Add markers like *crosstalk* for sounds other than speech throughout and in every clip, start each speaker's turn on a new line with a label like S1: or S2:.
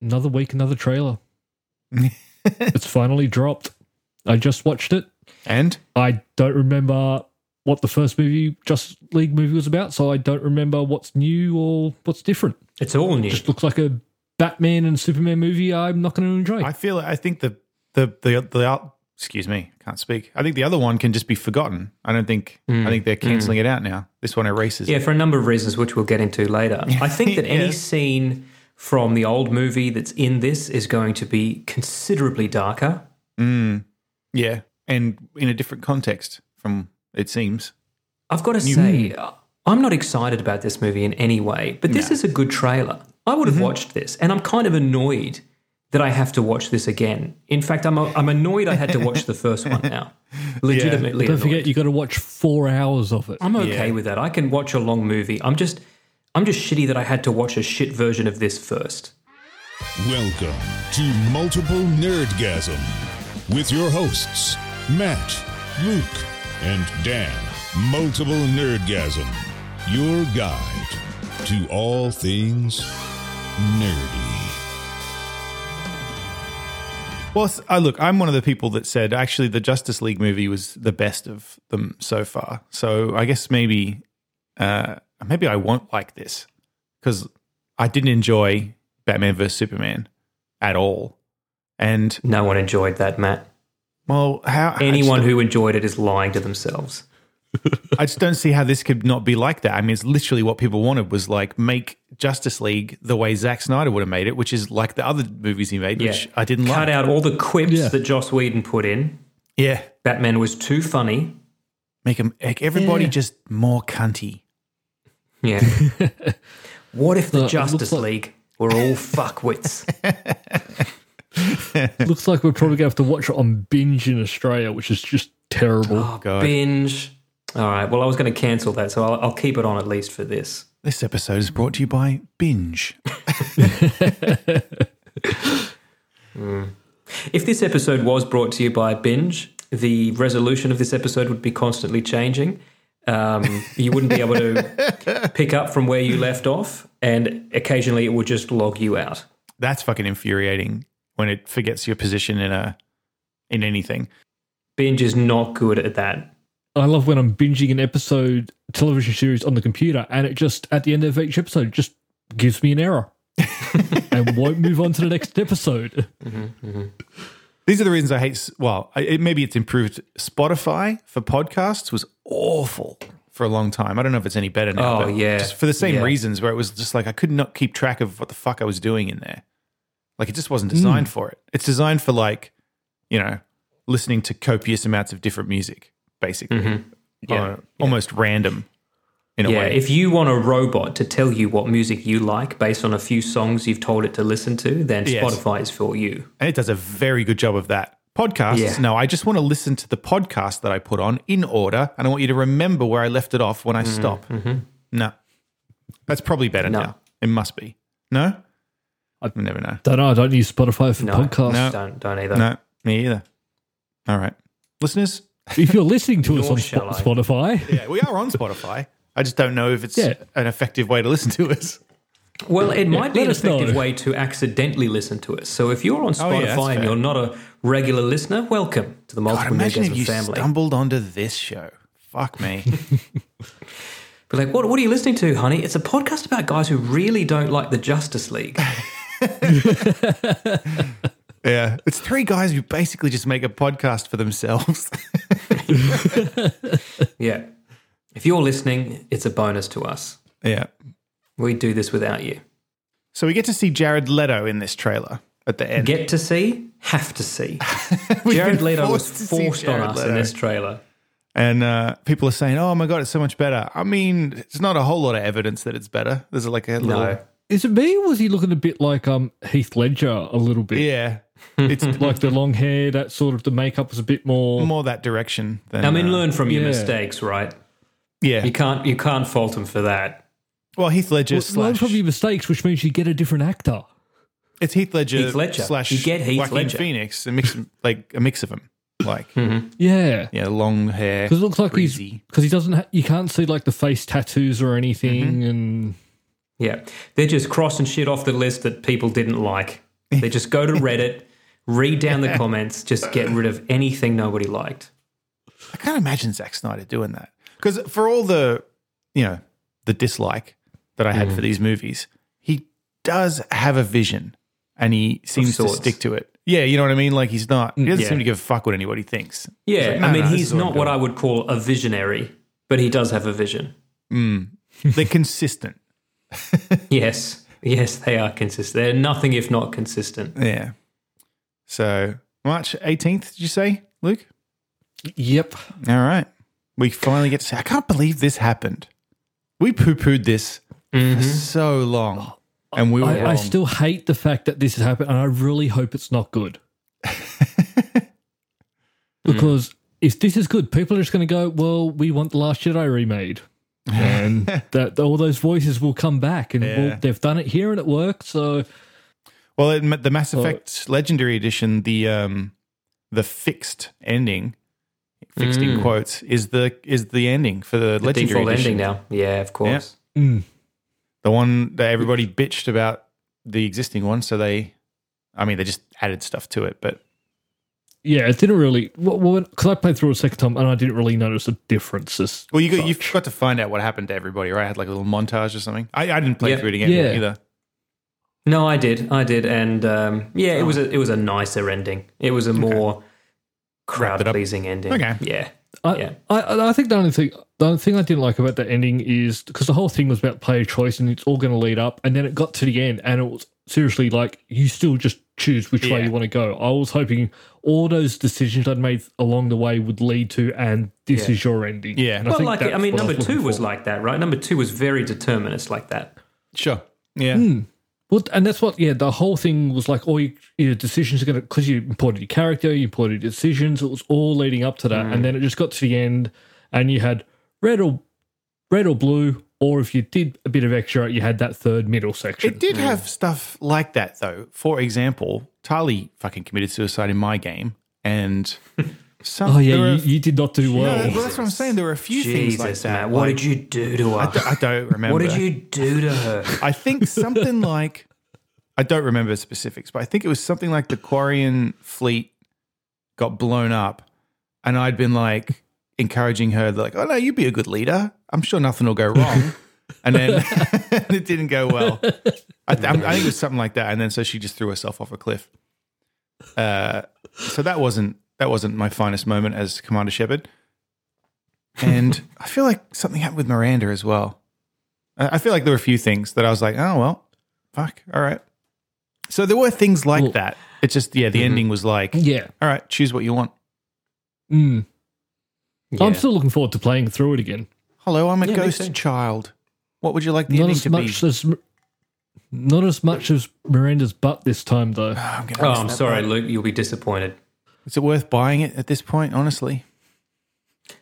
S1: another week, another trailer. it's finally dropped. I just watched it.
S2: And
S1: I don't remember what the first movie, Justice League movie, was about, so I don't remember what's new or what's different.
S3: It's all new.
S1: Just looks like a Batman and Superman movie. I'm not going to enjoy.
S2: I feel I think the the the the out- excuse me, I can't speak. I think the other one can just be forgotten. I don't think I think they're canceling it out now. This one erases.
S3: Mm. Yeah,
S2: it.
S3: for a number of reasons, which we'll get into
S1: *laughs*
S3: later. I think that any
S2: Yeah.
S3: scene from the old movie that's in this is going to be considerably darker.
S2: yeah, and in a different context from it seems.
S3: I've got to say, I'm not excited about this movie in any way, but this is a good trailer. I
S1: Mm-hmm.
S3: would have watched this, and I'm kind of annoyed that I have to watch this again. In fact, I'm, I'm annoyed I had to watch the first one
S1: *laughs*
S3: now. Legitimately,
S1: don't
S3: annoyed.
S1: forget, you got to watch four hours of it.
S3: I'm okay with that. I can watch a long movie. I'm just, I'm just shitty that I had to watch a shit version of this first.
S4: Welcome to Multiple Nerdgasm with your hosts, Matt, Luke, and Dan. Multiple Nerdgasm, your guide to all things nerdy.
S2: Well, s- I look, I'm one of the people that said actually the Justice League movie was the best of them so far. So I guess maybe, uh, maybe I won't like this because I didn't enjoy Batman vs Superman at all. And
S3: No one enjoyed that, Matt.
S2: well, how
S3: Anyone
S2: I just,
S3: who enjoyed it is lying to themselves.
S2: I just don't see how this could not be like that. I mean, it's literally what people wanted was like make Justice League the way Zack Snyder would have made it, which is like the other movies he made, which
S3: Yeah.
S2: I didn't like.
S3: Cut out all the quips
S1: Yeah.
S3: that Joss Whedon put in.
S2: Yeah,
S3: Batman was too funny.
S2: make him make everybody
S1: Yeah.
S2: just more cunty.
S3: Yeah. *laughs* what if the
S1: No, it looks
S3: Justice
S1: like-
S3: League were all fuckwits?
S1: Looks like we're probably going to have to watch it on binge in Australia, which is just terrible.
S3: Oh,
S2: God.
S3: binge. All right. Well, I was going to cancel that, so I'll, I'll keep it on at least for this.
S2: This episode is brought to you by Binge.
S3: If this episode was brought to you by Binge, the resolution of this episode would be constantly changing. Um, you wouldn't be able to
S2: *laughs*
S3: pick up from where you left off, and occasionally it would just log you out.
S2: That's fucking infuriating when it forgets your position in a in anything.
S3: Binge is not good at that.
S1: I love when I'm binging an episode television series on the computer, and it just at the end of each episode just gives me an error and won't move on to the next episode.
S2: These are the reasons I hate. s- Well, I- it, maybe it's improved. Spotify for podcasts was awful for a long time. I don't know if it's any better now.
S3: Oh,
S2: but
S3: yeah.
S2: just for the same
S3: Yeah.
S2: reasons where it was just like I could not keep track of what the fuck I was doing in there. Like it just wasn't
S3: Mm.
S2: designed for it. It's designed for like you know listening to copious amounts of different music, basically,
S3: Mm-hmm. Yeah.
S2: Uh, almost random in a
S3: Yeah,
S2: way.
S3: if you want a robot to tell you what music you like based on a few songs you've told it to listen to, then
S2: Yes.
S3: Spotify is for you.
S2: and it does a very good job of that. Podcasts,
S3: Yeah.
S2: no, I just want to listen to the podcast that I put on in order, and I want you to remember where I left it off when I stop. No, that's probably better
S3: Mm-hmm. No.
S2: now. It must be. No, I never know.
S1: Don't know. I don't use Spotify for
S3: No,
S1: podcasts.
S3: don't don't either.
S2: No, me either. All right, listeners.
S1: If you're listening to us
S3: Nor
S1: on
S3: shall I.
S1: Sp- Spotify,
S2: Yeah, we are on Spotify. *laughs* I just don't know if it's
S1: Yeah.
S2: an effective way to listen to us.
S3: Well, it might be
S1: let
S3: an
S1: us know.
S3: effective way to accidentally listen to us. So if you're on
S2: Oh, yeah,
S3: Spotify
S2: that's
S3: and
S2: fair.
S3: you're not a regular listener, welcome to the
S2: God,
S3: Multiple
S2: imagine if
S3: Nerdgasm
S2: you
S3: family.
S2: stumbled onto this show. Fuck
S3: *laughs*
S2: me.
S3: Be like, what, what are you listening to, honey? It's a podcast about guys who really don't like the
S2: *laughs*
S3: Justice League.
S2: yeah, it's three guys who basically just make a podcast for themselves. *laughs*
S3: yeah. If you're listening, it's a bonus to us.
S2: yeah.
S3: We'd do this without you.
S2: So we get to see Jared Leto in this trailer at the end.
S3: Get to see, have to see.
S2: *laughs* We've
S3: Jared
S2: been
S3: Leto
S2: forced
S3: was
S2: to see
S3: forced on
S2: Jared
S3: us in
S2: Leto.
S3: this trailer.
S2: And uh, people are saying, "Oh my god, it's so much better." I mean, it's not a whole lot of evidence that it's better. There's like a little,
S3: No.
S1: is it me or was he looking a bit like um Heath Ledger a little bit?
S3: *laughs*
S2: yeah, it's
S1: Like the long hair, that sort of the makeup was a bit more.
S2: more that direction than.
S3: I mean,
S2: uh,
S3: learn from your
S1: yeah.
S3: mistakes, right?
S2: yeah.
S3: You can't you can't fault him for that.
S2: Well, Heath Ledger
S1: Well, learn
S2: slash
S1: from your mistakes, which means you get a different actor.
S2: it's Heath Ledger,
S3: Heath Ledger.
S2: slash
S3: You get Heath
S2: Joaquin
S3: Ledger. Mm-hmm.
S2: Phoenix, a mix like a mix of them, like
S3: *laughs*
S1: Yeah.
S2: yeah, long hair.
S1: Because it looks like he's
S2: Breezy.
S1: because he doesn't ha- you can't see like the face tattoos or anything and
S3: Yeah. They're just crossing shit off the list that people didn't like. They just go to Reddit, read down the comments, just get rid of anything nobody liked.
S2: I can't imagine Zack Snyder doing that. Because for all the, you know, the dislike that I had for these movies, he does have a vision and he seems to
S3: sorts.
S2: stick to it. Yeah, you know what I mean? Like he's not, he doesn't
S3: yeah.
S2: seem to give a fuck what anybody thinks.
S3: Yeah,
S2: like, no,
S3: I mean,
S2: no, this
S3: he's
S2: is what
S3: not
S2: I'm
S3: what
S2: doing.
S3: I would call a visionary, but he does have a vision.
S2: They're consistent.
S3: Yes, yes, they are consistent. They're nothing if not consistent.
S2: Yeah. So March 18th, did you say, Luke?
S1: Yep.
S2: All right. We finally get to say, I can't believe this happened. We poo pooed this for so long. And we were
S1: I, I
S2: wrong.
S1: still hate the fact that this has happened, and I really hope it's not good. because if this is good, people are just going to go, "Well, we want the Last Jedi remade," and that all those voices will come back, and
S2: Yeah.
S1: well, they've done it here and it worked. So
S2: Well, in the Mass Effect Legendary Edition, the um, the fixed ending, fixed in quotes, is the is the ending for the,
S3: The
S2: Legendary
S3: default
S2: Edition.
S3: ending now. Yeah, of course.
S2: The one that everybody bitched about the existing one, so they, I mean, they just added stuff to it. But
S1: yeah, it didn't really. Well, because I played through it a second time, and I didn't really notice the differences.
S2: well, you got you've got to find out what happened to everybody, right? I had like a little montage or something. I, I didn't play
S3: Yeah.
S2: through it again
S1: Yeah.
S2: either.
S3: No, I did, I did, and um, yeah, it was a it was a nicer ending. It was a more crowd pleasing ending.
S2: Okay.
S3: yeah,
S1: I,
S3: yeah.
S1: I- I, I think the only thing the only thing I didn't like about that ending is because the whole thing was about player choice and it's all going to lead up, and then it got to the end and it was seriously like you still just choose which way
S2: Yeah.
S1: you want to go. I was hoping all those decisions I'd made along the way would lead to, and this
S2: Yeah.
S1: is your ending.
S2: Yeah.
S1: And
S3: Well,
S1: think
S3: like I
S1: that's
S3: mean,
S1: what
S3: number
S1: was
S3: two
S1: looking
S3: was
S1: for.
S3: like that, right? Number two was very determinist, like that.
S2: Sure. Yeah.
S1: Well, and that's what, yeah, the whole thing was like all your, your decisions are going to, because you imported your character, you imported your decisions, it was all leading up to that. And then it just got to the end and you had red or red or blue, or if you did a bit of extra, you had that third middle section.
S2: It did have stuff like that, though. For example, Tali fucking committed suicide in my game, and some.
S1: oh, yeah,
S2: there were a
S1: you, you did not do
S2: No,
S1: well.
S2: well, that's what I'm saying. There were a few things
S3: Jesus,
S2: like that.
S3: Matt, what
S2: like-
S3: did you do to her?
S2: I don't remember.
S3: What did you do to *laughs* her?
S2: I think something like I don't remember specifics, but I think it was something like the Quarian fleet got blown up, and I'd been like encouraging her, like, "Oh no, you'd be a good leader. I'm sure nothing will go wrong." and then *laughs* it didn't go well. I, th- I think it was something like that, and then so she just threw herself off a cliff. Uh, so that wasn't that wasn't my finest moment as Commander Shepard. And I feel like something happened with Miranda as well. I I feel like there were a few things that I was like, oh well, fuck, all right. So there were things like
S1: Well-
S2: that. It's just yeah, the ending was like,
S1: Yeah.
S2: all right, choose what you want.
S1: Mm.
S3: Yeah.
S1: I'm still looking forward to playing through it again.
S2: Hello, I'm a
S3: me too.
S2: ghost child. What would you like the
S1: Not
S2: ending
S1: as
S2: to
S1: much
S2: be?
S1: as. Not as much as Miranda's butt this time, though.
S2: I'm gonna
S3: Oh,
S2: miss
S3: I'm
S2: that
S3: sorry,
S2: part.
S3: Luke. You'll be disappointed.
S2: Is it worth buying it at this point? Honestly,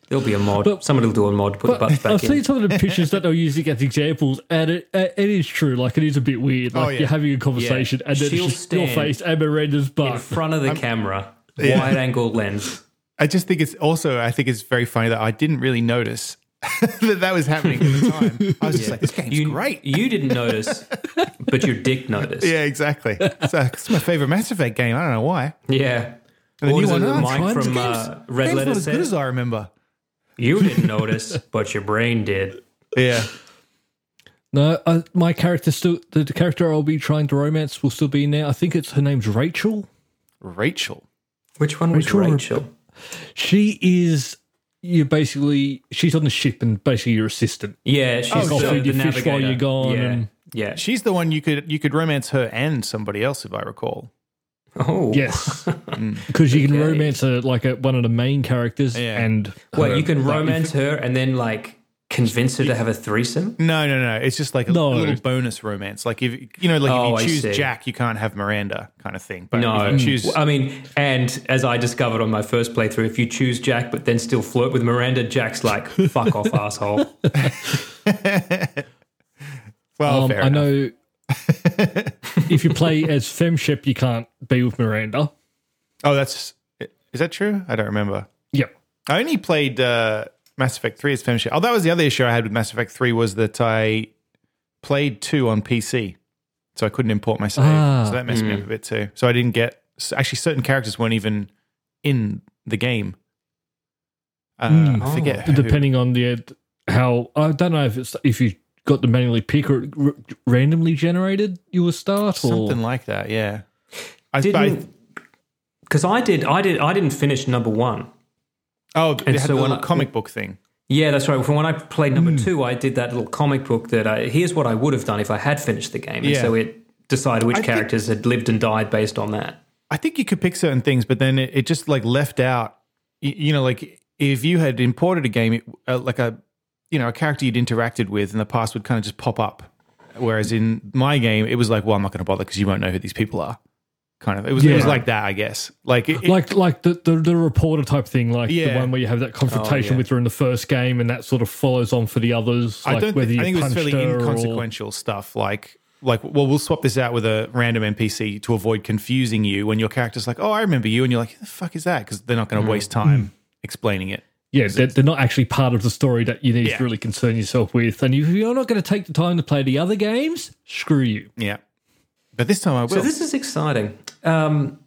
S3: There'll be a mod.
S1: But-
S3: Somebody will do a mod, put the butts back
S1: I've
S3: in.
S1: seen some of the pictures that they're using as examples, and it, uh, it it is true. Like it is a bit weird. Like
S2: yeah.
S1: you're having a conversation, and then
S3: She'll
S1: it's just your
S3: stand
S1: face and Miranda's
S3: in
S1: butt.
S3: front of the camera, wide angle lens.
S2: I just think it's also I think it's very funny that I didn't really notice *laughs* that that was happening at the time. I was just like, this game's
S3: You,
S2: great.
S3: You didn't notice, but your dick noticed.
S2: Yeah, exactly. It's, uh, it's my favorite Mass Effect game. I don't know why.
S3: Yeah.
S2: the
S3: What
S2: new
S3: was it
S2: one,
S3: that
S2: oh, it's
S1: fine.
S3: Mike from
S1: The
S3: uh,
S2: Game's-
S3: Red
S2: game's
S3: Letter
S2: not as good
S3: said?
S2: as I remember.
S3: You didn't notice, but your brain did.
S2: Yeah.
S1: No, I, my character still the, the character I'll be trying to romance will still be in there. I think it's her name's Rachel.
S2: Rachel.
S3: Which one was
S1: Rachel
S3: Rachel?
S1: or- She is you basically she's on the ship and basically your assistant.
S3: Yeah, she's
S1: I'll
S3: the,
S1: feed you
S3: the
S1: fish
S3: navigator.
S1: while you're gone
S3: Yeah.
S1: and-
S3: yeah.
S2: She's the one you could you could romance her and somebody else if I recall.
S3: Oh. *laughs*
S1: Yes, because you can romance her like a, one of the main characters
S2: Yeah.
S1: and
S3: Wait, you can romance her and then like convince her to have a threesome?
S2: No, no, no. It's just like a
S1: No.
S2: little bonus romance. Like if you know, like
S3: Oh,
S2: if
S3: I
S2: you
S3: see.
S2: choose Jack, you can't have Miranda kind of thing. But
S3: No,
S1: Mm.
S2: if you choose
S3: I mean, and as I discovered on my first playthrough, if you choose Jack but then still flirt with Miranda,
S2: *laughs*
S3: Jack's like, "Fuck off, asshole."
S2: well,
S3: oh,
S1: um,
S2: fair
S1: I
S2: enough.
S1: know if you play as Femship, you can't be with Miranda.
S2: Oh, that's is that true? I don't remember.
S1: Yep.
S2: I only played uh, Mass Effect Three as Femship. Oh, that was the other issue I had with Mass Effect Three was that I played two on PC, so I couldn't import my save.
S1: Ah.
S2: so that messed me up a bit too. So I didn't get. so Actually, certain characters weren't even in the game. Uh,
S1: Mm.
S2: I forget. who-
S1: depending on the how I don't know if it's if you got them manually pick or it r- randomly generated you were start or
S2: something like that. Yeah. I, but I-
S3: Didn't because I did I did I didn't finish number one.
S2: oh, it
S3: and
S2: had
S3: so
S2: the
S3: when
S2: little
S3: I-
S2: comic book thing.
S3: Yeah, that's right. From when I played
S2: Hmm.
S3: number two, I did that little comic book that I, here's what I would have done if I had finished the game, and
S2: Yeah.
S3: so it decided which
S2: I think-
S3: characters had lived and died based on that.
S2: I think you could pick certain things, but then it, it just like left out. y- You know, like if you had imported a game, it, uh, like a you know a character you'd interacted with in the past would kind of just pop up. Whereas in my game, it was like, well, I'm not going to bother because you won't know who these people are. Kind of, it was it was
S1: Yeah.
S2: like that, I guess. Like, it, it-
S1: like like the, the the reporter type thing, like the
S2: Yeah. Oh,
S1: one where you have that confrontation
S2: yeah.
S1: with her in the first game, and that sort of follows on for the others. Like
S2: I don't.
S1: whether
S2: Think,
S1: you
S2: I think it was
S1: punched
S2: fairly
S1: her or-
S2: inconsequential stuff. Like, like, well, we'll swap this out with a random NPC to avoid confusing you when your character's like, oh, I remember you, and you're like, the fuck is that? Because they're not
S1: Mm-hmm.
S2: going to waste time explaining it.
S1: yeah, they're, they're not actually part of the story that you need
S2: Yeah.
S1: to really concern yourself with. And if you're not going to take the time to play the other games, screw you.
S2: Yeah. But this time I will.
S3: So this is exciting, um,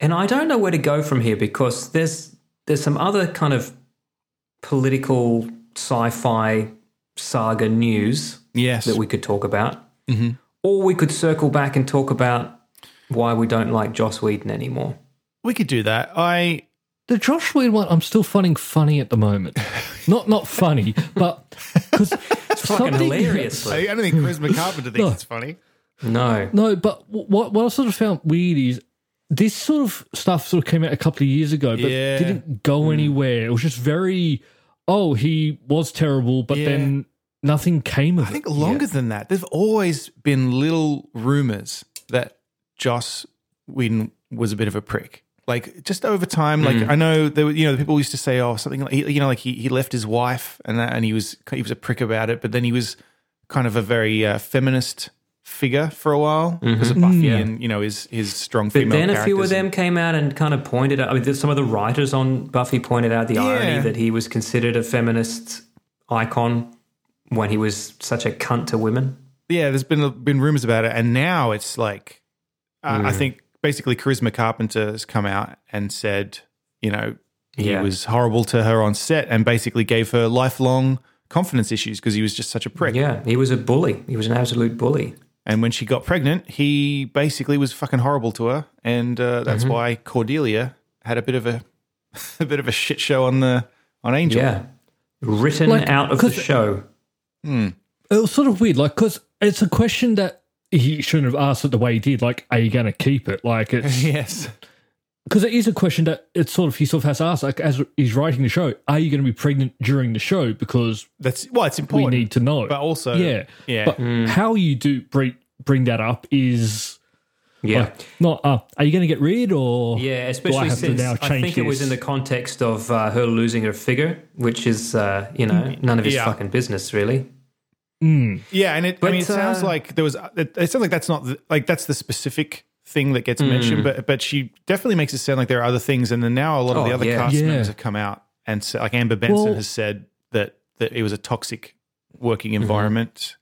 S3: and I don't know where to go from here because there's there's some other kind of political sci-fi saga news
S2: yes.
S3: that we could talk about,
S2: Mm-hmm.
S3: or we could circle back and talk about why we don't like Joss Whedon anymore.
S2: we could do that. I
S1: The Josh Whedon one, I'm still finding funny at the
S2: *laughs*
S1: moment. not not funny, but because
S3: Fucking hilariously.
S2: I don't think Charisma Carpenter thinks it's funny.
S3: No.
S1: No, but wh- what what I sort of found weird is this sort of stuff sort of came out a couple of years ago, but
S2: Yeah. Mm.
S1: didn't go anywhere. It was just very, oh, he was terrible, but
S2: Yeah.
S1: then nothing came of
S2: I
S1: it.
S2: think longer than that. There've always been little rumors that Joss Whedon was a bit of a prick. Like just over time, like I know there were, you know, the people used to say, oh, something like he- you know, like he, he left his wife and that, and he was he was a prick about it. But then he was kind of a very uh, feminist figure for a while because of Buffy and you know his his strong
S3: But
S2: female.
S3: then a few
S2: characters.
S3: of them came out and kind of pointed out. I mean, some of the writers on Buffy pointed out the irony
S2: Yeah.
S3: that he was considered a feminist icon when he was such a cunt to women.
S2: yeah, there's been been rumors about it, and now it's like uh,
S1: Hmm.
S2: I think basically Charisma Carpenter has come out and said, you know, he
S3: Yeah.
S2: was horrible to her on set, and basically gave her lifelong confidence issues because he was just such a prick.
S3: Yeah, he was a bully. He was an absolute bully.
S2: And when she got pregnant, he basically was fucking horrible to her, and uh, that's
S1: Mm-hmm.
S2: why Cordelia had a bit of a *laughs* a bit of a shit show on the on Angel.
S3: Yeah. Written
S1: Like,
S3: out of the
S1: 'cause-
S3: show.
S1: It was sort of weird, like because it's a question that he shouldn't have asked it the way he did. Like, are you going to keep it? Like, it's
S2: *laughs* Yes.
S1: because it is a question that it's sort of he sort of has to ask. Like, as he's writing the show, are you going to be pregnant during the show? Because
S2: That's well, it's
S1: we
S2: important.
S1: need to know.
S2: but also
S1: yeah,
S2: yeah.
S1: But
S3: Hmm.
S1: how you do bring bring that up is
S3: Yeah.
S1: Like, not uh, are you going to get rid or
S3: yeah,
S1: do I
S3: especially
S1: have
S3: since
S1: to now
S3: I
S1: change
S3: think it was in
S1: this?
S3: the context of uh, her losing her figure, which is, uh, you know,
S1: Mm.
S3: none of his
S2: Yeah.
S3: fucking business, really.
S2: Yeah, and it, I mean, it
S3: uh,
S2: sounds like there was. It, it sounds like that's not the, like that's the specific thing that gets
S3: Hmm.
S2: mentioned, but but she definitely makes it sound like there are other things. And then now a lot of the
S3: Oh,
S2: other
S3: yeah.
S2: cast
S1: Yeah.
S2: members have come out and said, like Amber Benson
S1: Well-
S2: has said that that it was a toxic working
S3: Mm-hmm.
S2: environment,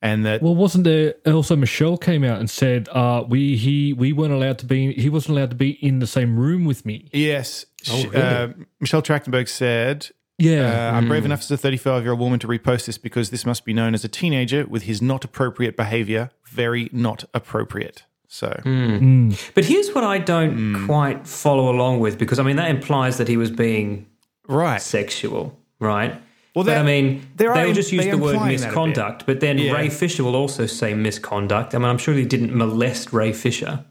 S2: and that
S1: Well, wasn't there also Michelle came out and said, uh, "We he we weren't allowed to be he wasn't allowed to be in the same room with me."
S2: yes, she-
S3: Oh, really? Hmm.
S2: uh, Michelle Trachtenberg said. Uh,
S1: Yeah,
S2: I'm brave enough as a 35 year old woman to repost this because this must be known as a teenager with his not appropriate behavior. Very not appropriate. So,
S3: Hmm. But here's what I don't
S2: Mm.
S3: quite follow along with because, I mean, that implies that he was being
S2: right.
S3: sexual, right?
S2: Well,
S3: but
S2: they're-
S3: I mean,
S2: they're
S3: they'll
S2: im-
S3: just use
S2: they're
S3: the word
S2: implying that a bit.
S3: misconduct, but then
S2: Yeah.
S3: Ray Fisher will also say misconduct. I mean, I'm sure he didn't molest Ray Fisher,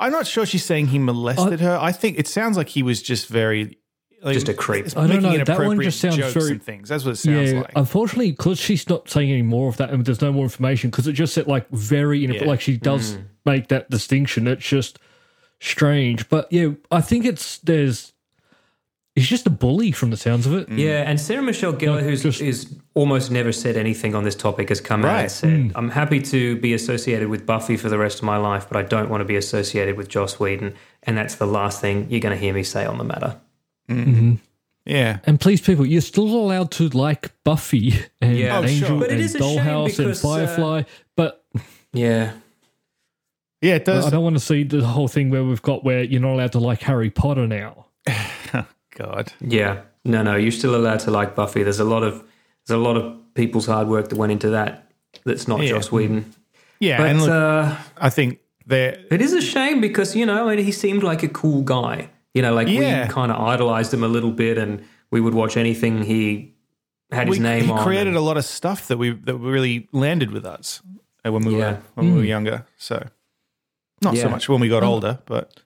S2: I'm not sure she's saying he molested
S1: Oh.
S2: her. I think it sounds like he was just very like,
S3: just a creep.
S2: it's
S1: I don't
S2: making
S1: know. That one
S2: inappropriate
S1: just sounds
S2: jokes
S1: very-
S2: and things. That's what it sounds
S1: yeah. uh,
S2: like.
S1: Unfortunately, because she's not saying any more of that, and there's no more information because it just said like very inap-
S2: Yeah. Mm.
S1: like she does make that distinction. It's just strange, but yeah, I think it's there's he's just a bully from the sounds of it.
S2: Mm.
S3: Yeah, and Sarah Michelle Gellar, who's
S1: just-
S3: is almost never said anything on this topic, has come out
S2: Right. Mm.
S3: and said, "I'm happy to be associated with Buffy for the rest of my life, but I don't want to be associated with Joss Whedon." And that's the last thing you're going to hear me say on the matter.
S2: yeah.
S1: And please, people, you're still allowed to like Buffy *laughs* and
S3: Yeah. Oh,
S2: sure.
S1: Angel
S2: But
S3: it
S1: and
S3: is a shame
S1: Dollhouse and
S3: because, uh,
S1: Firefly, but
S3: Yeah,
S2: Yeah, it does.
S1: I don't want to see the whole thing where we've got where you're not allowed to like Harry Potter now.
S2: God.
S3: Yeah. No, no, you're still allowed to like Buffy. There's a lot of there's a lot of people's hard work that went into that. That's not
S2: Yeah.
S3: Joss Whedon.
S2: Yeah,
S3: But
S2: and look,
S3: uh,
S2: I think they're
S3: it is a shame because you know, I mean, he seemed like a cool guy. You know, like
S2: Yeah.
S3: we kind of idolized him a little bit, and we would watch anything he had his
S2: we-
S3: name
S2: he
S3: on.
S2: created
S3: and-
S2: a lot of stuff that we that really landed with us uh, when we
S3: Yeah.
S2: were when
S1: Mm.
S2: we were younger. So not so
S3: Yeah.
S2: much when we got
S1: Oh.
S2: older, but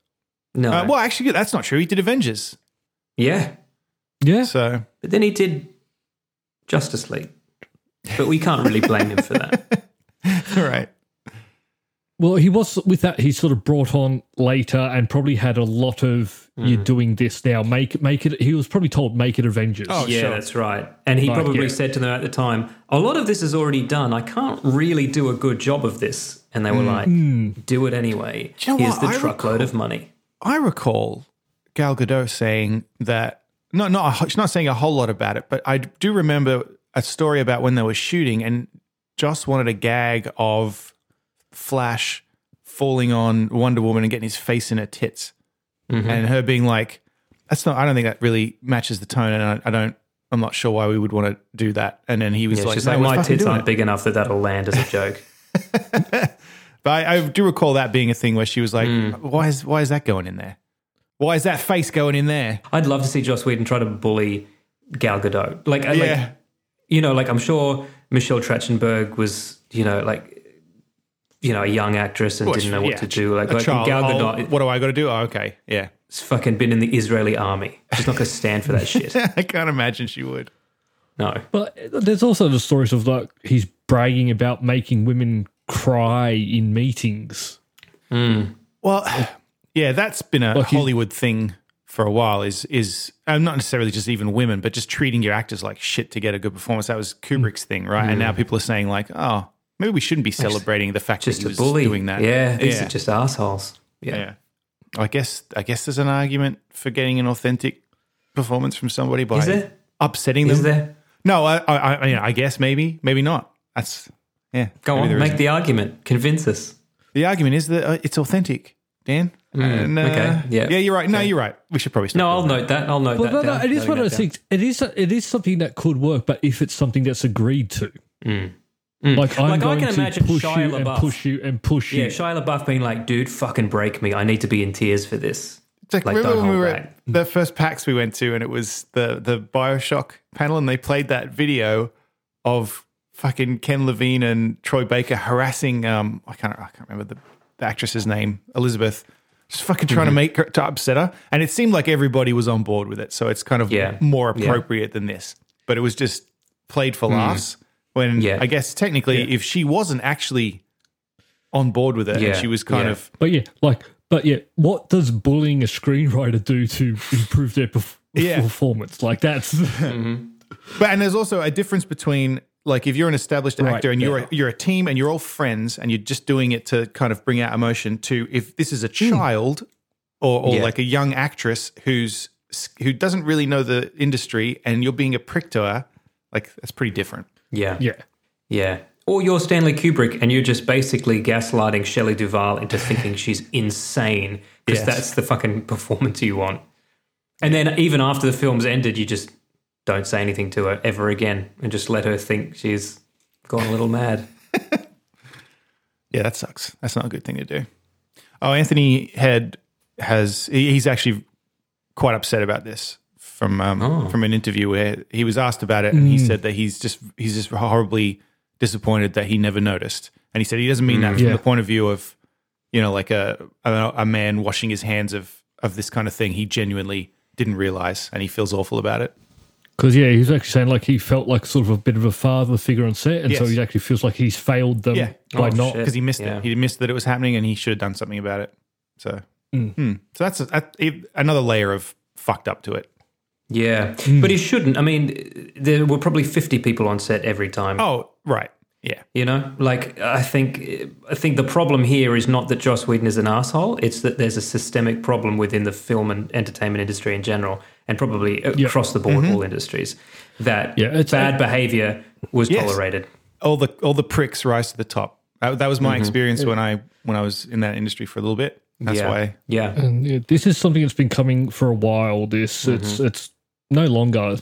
S3: no,
S2: uh, well, actually, that's not true. He did Avengers,
S3: yeah,
S1: Yeah.
S2: so *laughs*
S3: but then he did Justice League. But we can't really blame him for that.
S2: *laughs* all right.
S1: Well, he was with that. He sort of brought on later, and probably had a lot of
S3: Hmm.
S1: you're doing this now. Make make it. He was probably told make it Avengers.
S2: Oh,
S3: yeah,
S2: sure.
S3: that's right. And he
S1: Like,
S3: probably
S1: yeah.
S3: said to them at the time, "A lot of this is already done. I can't really do a good job of this." And they were like, "Do it anyway.
S2: Mm. you know
S3: Here's
S2: what?
S3: the
S2: I
S3: truckload of money."
S2: I recall Gal Gadot saying that not not a, wh- she's not saying a whole lot about it, but I do remember a story about when they were shooting and Joss wanted a gag of Flash falling on Wonder Woman and getting his face in her tits,
S3: Mm-hmm.
S2: and her being like, "That's not. I don't think that really matches the tone, and I, I don't. I'm not sure why we would want to do that." And then he was
S3: Yeah,
S2: like,
S3: she's
S2: "No,
S3: like,
S2: we're
S3: "My
S2: fucking
S3: tits
S2: doing
S3: aren't
S2: it."
S3: big enough that that'll land as a
S2: *laughs*
S3: joke."
S2: But I, I do recall that being a thing where she was like,
S3: Mm.
S2: "Why is why is that going in there? Why is that face going in there?"
S3: I'd love to see Joss Whedon try to bully Gal Gadot. Like, I- like
S2: Yeah.
S3: you know, like I'm sure Michelle Trachtenberg was, you know, like, you know, a young actress and
S2: Well,
S3: didn't know
S2: yeah,
S3: what to do. Like,
S2: a
S3: like
S2: child.
S3: Gal
S2: Oh,
S3: Gadot
S2: what do I got to do? Oh, okay,
S3: *laughs*
S2: yeah.
S3: has fucking been in the Israeli army. She's not going to stand for that
S2: *laughs*
S3: shit.
S2: I can't imagine she would.
S3: No.
S1: But there's also the stories of like he's bragging about making women cry in meetings.
S2: Well, *sighs* yeah, that's been a
S1: you-
S2: Hollywood thing for a while. Is is and not necessarily just even women, but just treating your actors like shit to get a good performance. That was Kubrick's thing, right?
S3: Mm.
S2: And now people are saying like, oh, maybe we shouldn't be celebrating the fact
S3: Just
S2: that he
S3: a
S2: was
S3: bully.
S2: doing that.
S3: Yeah. These
S2: yeah.
S3: are just assholes. Yeah.
S2: yeah. I guess I guess there's an argument for getting an authentic performance from somebody by
S3: Is there?
S2: upsetting
S3: Is
S2: them.
S3: there?
S2: No, I I, I, mean, I guess maybe maybe not. That's yeah.
S3: Go
S2: maybe
S3: on.
S2: there
S3: Make
S2: isn't.
S3: the argument. Convince us.
S2: The argument is that uh, it's authentic, Dan. And, uh,
S3: Mm, okay, yeah.
S2: Yeah, you're right. No, you're right. We should probably stop.
S3: No,
S2: doing
S3: I'll
S2: that.
S3: note that. I'll note
S1: But
S3: that.
S1: no, no,
S3: down.
S1: it is
S3: Noting
S1: one of those
S3: that down.
S1: things. It is it is something that could work, but if it's something that's agreed to,
S3: Hmm.
S1: like I'm
S3: Like, I
S1: going
S3: can
S1: to
S3: imagine
S1: push
S3: Shia
S1: you and
S3: LaBeouf.
S1: push you and push you.
S3: Yeah, Shia LaBeouf being like, dude, fucking break me. I need to be in tears for this.
S2: It's like,
S3: Like,
S2: remember
S3: don't
S2: when we
S3: hold
S2: were at
S3: back.
S2: *laughs* the first PAX we went to, and it was the the Bioshock panel, and they played that video of fucking Ken Levine and Troy Baker harassing. Um, I can't I can't remember the, the actress's name, Elizabeth. Just fucking
S3: Mm-hmm.
S2: trying to make her to upset her, and it seemed like everybody was on board with it. So it's kind of
S3: Yeah.
S2: more
S3: Yeah. Hmm.
S2: appropriate than this, but it was just played for laughs. When
S3: Yeah.
S2: I guess technically, if she wasn't actually on board with it,
S3: Yeah.
S2: and she was kind
S3: Yeah.
S2: of
S1: But yeah, like, but yeah, what does bullying a screenwriter do to improve their perf-
S2: *laughs* Yeah.
S1: performance? Like,
S2: *laughs*
S1: that's
S2: But and there's also a difference between like if you're an established
S1: Right,
S2: actor and you're a, you're a team and you're all friends and you're just doing it to kind of bring out emotion. To if this is a child or, or
S3: Yeah.
S2: like a young actress who's who doesn't really know the industry and you're being a prick to her, like that's pretty different.
S3: Yeah.
S1: yeah,
S3: Yeah. Or you're Stanley Kubrick and you're just basically gaslighting Shelley Duvall into thinking she's insane because
S2: Yes.
S3: that's the fucking *laughs* performance you want. And then even after the film's ended, you just don't say anything to her ever again and just let her think she's gone a little mad.
S2: Yeah, that sucks. That's not a good thing to do. Oh, Anthony had has he- he's actually quite upset about this from um, from an interview where he was asked about it and he said that he's just he's just horribly disappointed that he never noticed. And he said he doesn't mean that from
S1: Yeah.
S2: the point of view of you know like a, a a man washing his hands of of this kind of thing. He genuinely didn't realize and he feels awful about it.
S1: because yeah, he was actually saying like he felt like sort of a bit of a father figure on set, and so
S2: Yes.
S1: he actually feels like he's failed them
S2: Yeah.
S1: by
S3: Oh,
S1: not.
S3: shit.
S2: because he missed
S3: Yeah.
S2: it. He missed that it was happening, and he should have done something about it. So, Hmm. so that's that, it, another layer of fucked up to it.
S3: Yeah. But he shouldn't. I mean, there were probably 50 people on set every time.
S2: Oh, right, yeah,
S3: You know, like I think I think the problem here is not that Joss Whedon is an asshole. It's that there's a systemic problem within the film and entertainment industry in general, and probably across the board, all industries, that
S1: Mm-hmm. Yeah, it's-
S3: bad behavior was
S2: Yes.
S3: tolerated.
S2: all the all the pricks rise to the top. That, that was
S3: Mm-hmm.
S2: my experience when I when I was in that industry for a little bit. That's
S3: yeah.
S2: why.
S3: Yeah.
S1: And yeah, this is something that's been coming for a while. This
S2: Mm-hmm.
S1: it's it's no longer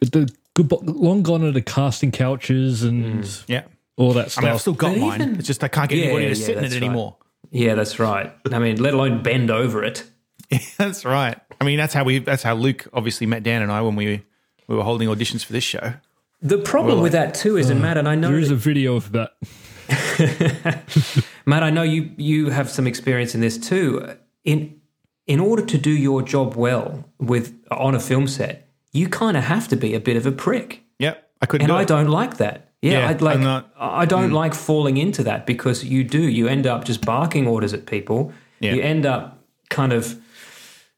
S1: it's, the good long gone are the casting couches and
S2: Yeah.
S1: all that
S2: Mm. I
S1: stuff.
S2: mean, I've still got
S3: But
S2: mine.
S3: even-
S2: it's just I can't get
S3: Yeah,
S2: anybody to
S3: yeah,
S2: sit in it
S3: that's right.
S2: anymore. *laughs*
S3: Yeah, that's right. I mean, let alone bend over it.
S2: That's right. I mean, that's how we. That's how Luke obviously met Dan and I when we we were holding auditions for this show.
S3: The problem with that too is,
S1: uh,
S3: and Matt, and I know
S1: there is
S3: that-
S1: a video of that.
S3: Matt, I know you you have some experience in this too. In in order to do your job well with on a film set, you kind of have to be a bit of a prick,
S2: Yep, I couldn't.
S3: and
S2: do
S3: I
S2: it.
S3: don't like that. mm. Yeah,
S2: Yeah,
S3: I'd like
S2: I'm not-
S3: I don't like falling into that because you do you end up just barking orders at people.
S2: Yeah.
S3: You end up kind of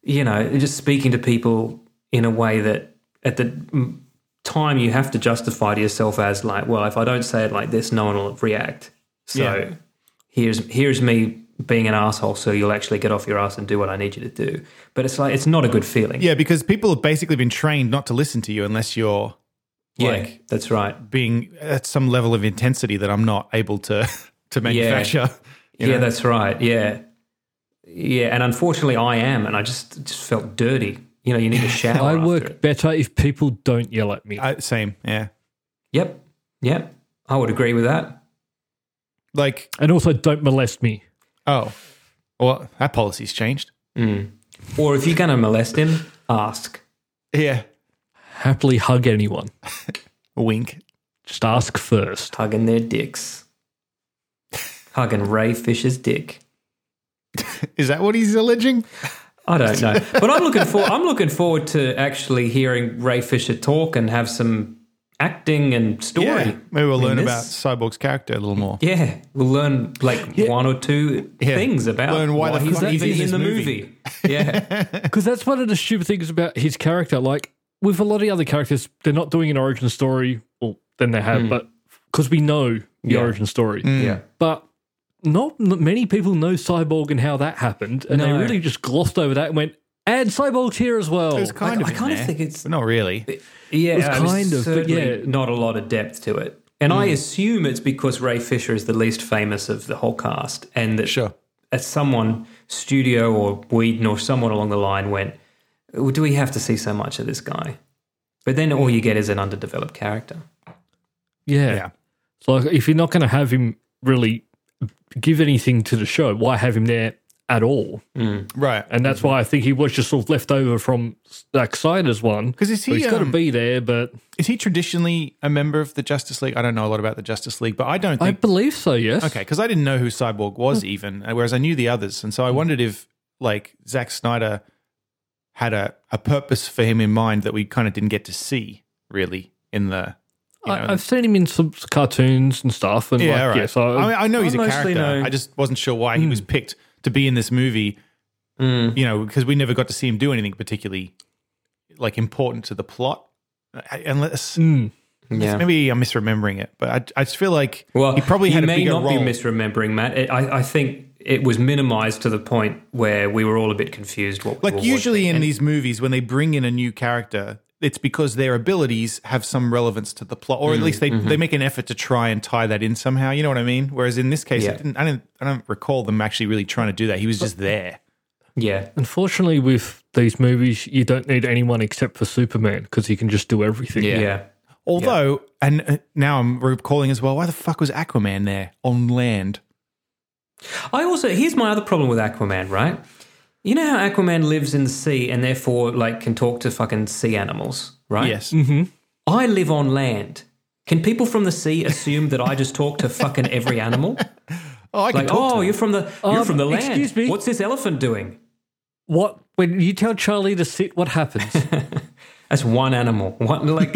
S3: you know just speaking to people in a way that at the mm, time you have to justify to yourself as like, well, if I don't say it like this, no one will react. So
S2: Yeah.
S3: here's here's me being an asshole so you'll actually get off your ass and do what I need you to do. But it's like it's not a good feeling.
S2: Yeah, because people have basically been trained not to listen to you unless you're
S3: Yeah,
S2: like-
S3: that's right.
S2: being at some level of intensity that I'm not able to *laughs* to manufacture. you
S3: yeah,
S2: know?
S3: that's right. Yeah. Yeah, and unfortunately I am and I just just felt dirty. You know, you
S2: *laughs*
S3: need a shower.
S1: I
S3: after
S1: work
S3: it.
S1: better if people don't yell at me.
S2: I, Uh, same. Yeah,
S3: Yep. Yep. I would agree with that.
S2: like
S1: and also don't molest me.
S2: oh, well, that policy's changed.
S3: Or if you're going to molest him, ask.
S2: Yeah,
S1: Happily hug anyone.
S2: wink.
S1: Just ask *laughs* first.
S3: Hugging their dicks. Hugging Ray Fisher's dick.
S2: Is that what he's alleging?
S3: I don't
S2: *laughs*
S3: know, but I'm looking for I'm looking forward to actually hearing Ray Fisher talk and have some acting and story.
S2: Yeah, maybe we'll
S3: in
S2: learn
S3: this.
S2: about Cyborg's character a little more.
S3: Yeah, we'll learn like one or two
S2: Yeah.
S3: things about
S2: Learn why the
S3: he's,
S2: fuck he's in
S3: in
S2: this
S3: the
S2: movie.
S3: movie. Yeah,
S2: *laughs*
S1: Because that's one of the stupid things about his character. Like with a lot of the other characters, they're not doing an origin story. Well, then they have, but because we know the
S3: Hmm. Yeah.
S1: origin story.
S2: Hmm.
S3: yeah.
S1: But not n- many people know Cyborg and how that happened, and they
S3: No.
S1: really just glossed over that and went, "And Cyborg's here as well."
S2: It's kind
S3: I-
S2: of.
S3: I
S2: in
S3: kind of
S2: there,
S3: think it's-
S2: but not really.
S3: Yeah,
S1: was
S3: I was
S1: kind of, but
S3: certainly
S1: yeah.
S3: not a lot of depth to it. And
S2: Hmm.
S3: I assume it's because Ray Fisher is the least famous of the whole cast, and that
S2: Sure.
S3: as someone studio or Whedon or someone along the line went, "Well, do we have to see so much of this guy? But then all you get is an underdeveloped character.
S1: yeah.
S2: Yeah.
S1: So like, if you're not going to have him really give anything to the show, why have him there at all?
S2: Right.
S1: And that's why I think he was just sort of left over from like Snyder's one.
S2: 'Cause is
S1: So
S2: he,
S1: he's got to
S2: um,
S1: be there, but
S2: Is he traditionally a member of the Justice League? I don't know a lot about the Justice League, but I don't
S1: I
S2: think
S1: believe so. Yes.
S2: Okay, because I didn't know who Cyborg was even, whereas I knew the others, and so I wondered if like Zack Snyder had a, a purpose for him in mind that we kind of didn't get to see really in the. You know,
S1: I, I've seen him in some cartoons and stuff, and
S2: yeah,
S1: like,
S2: right.
S1: yeah, so
S2: I, mean, I know he's
S3: I
S2: a
S3: mostly
S2: character.
S3: know- Hmm.
S2: I just wasn't sure why he was picked to be in this movie. You know, because we never got to see him do anything particularly like important to the plot, I- unless.
S3: Hmm. Yeah.
S2: Maybe I'm misremembering it, but I, I just feel like he probably
S3: you
S2: had a
S3: may
S2: bigger
S3: not
S2: role.
S3: be misremembering, Matt. It, I, I think it was minimized to the point where we were all a bit confused. What we
S2: Like
S3: were
S2: usually
S3: watching.
S2: in
S3: And-
S2: these movies, when they bring in a new character, it's because their abilities have some relevance to the plot,
S3: Mm-hmm,
S2: or at least they, they make an effort to try and tie that in somehow. You know what I mean? Whereas in this case,
S3: Yeah.
S2: I, didn't, I didn't. I don't recall them actually really trying to do that. He was just there.
S3: yeah,
S1: Unfortunately, with these movies, you don't need anyone except for Superman because he can just do everything.
S3: yeah,
S2: Although, and uh, now I'm recalling as well. Why the fuck was Aquaman there on land?
S3: I also here's my other problem with Aquaman, right? You know how Aquaman lives in the sea and therefore like can talk to fucking sea animals, right?
S2: Yes,
S3: I live on land. Can people from the sea assume that I just talk to fucking every animal?
S2: *laughs* Oh, I can
S3: Like,
S2: talk
S3: oh,
S2: to him.
S3: you're from the you're
S1: Um,
S3: from the land.
S1: excuse me?
S3: What's this elephant doing?
S1: What when you tell Charlie to sit, what
S3: *laughs*
S1: happens?
S3: That's one animal. *laughs* One like.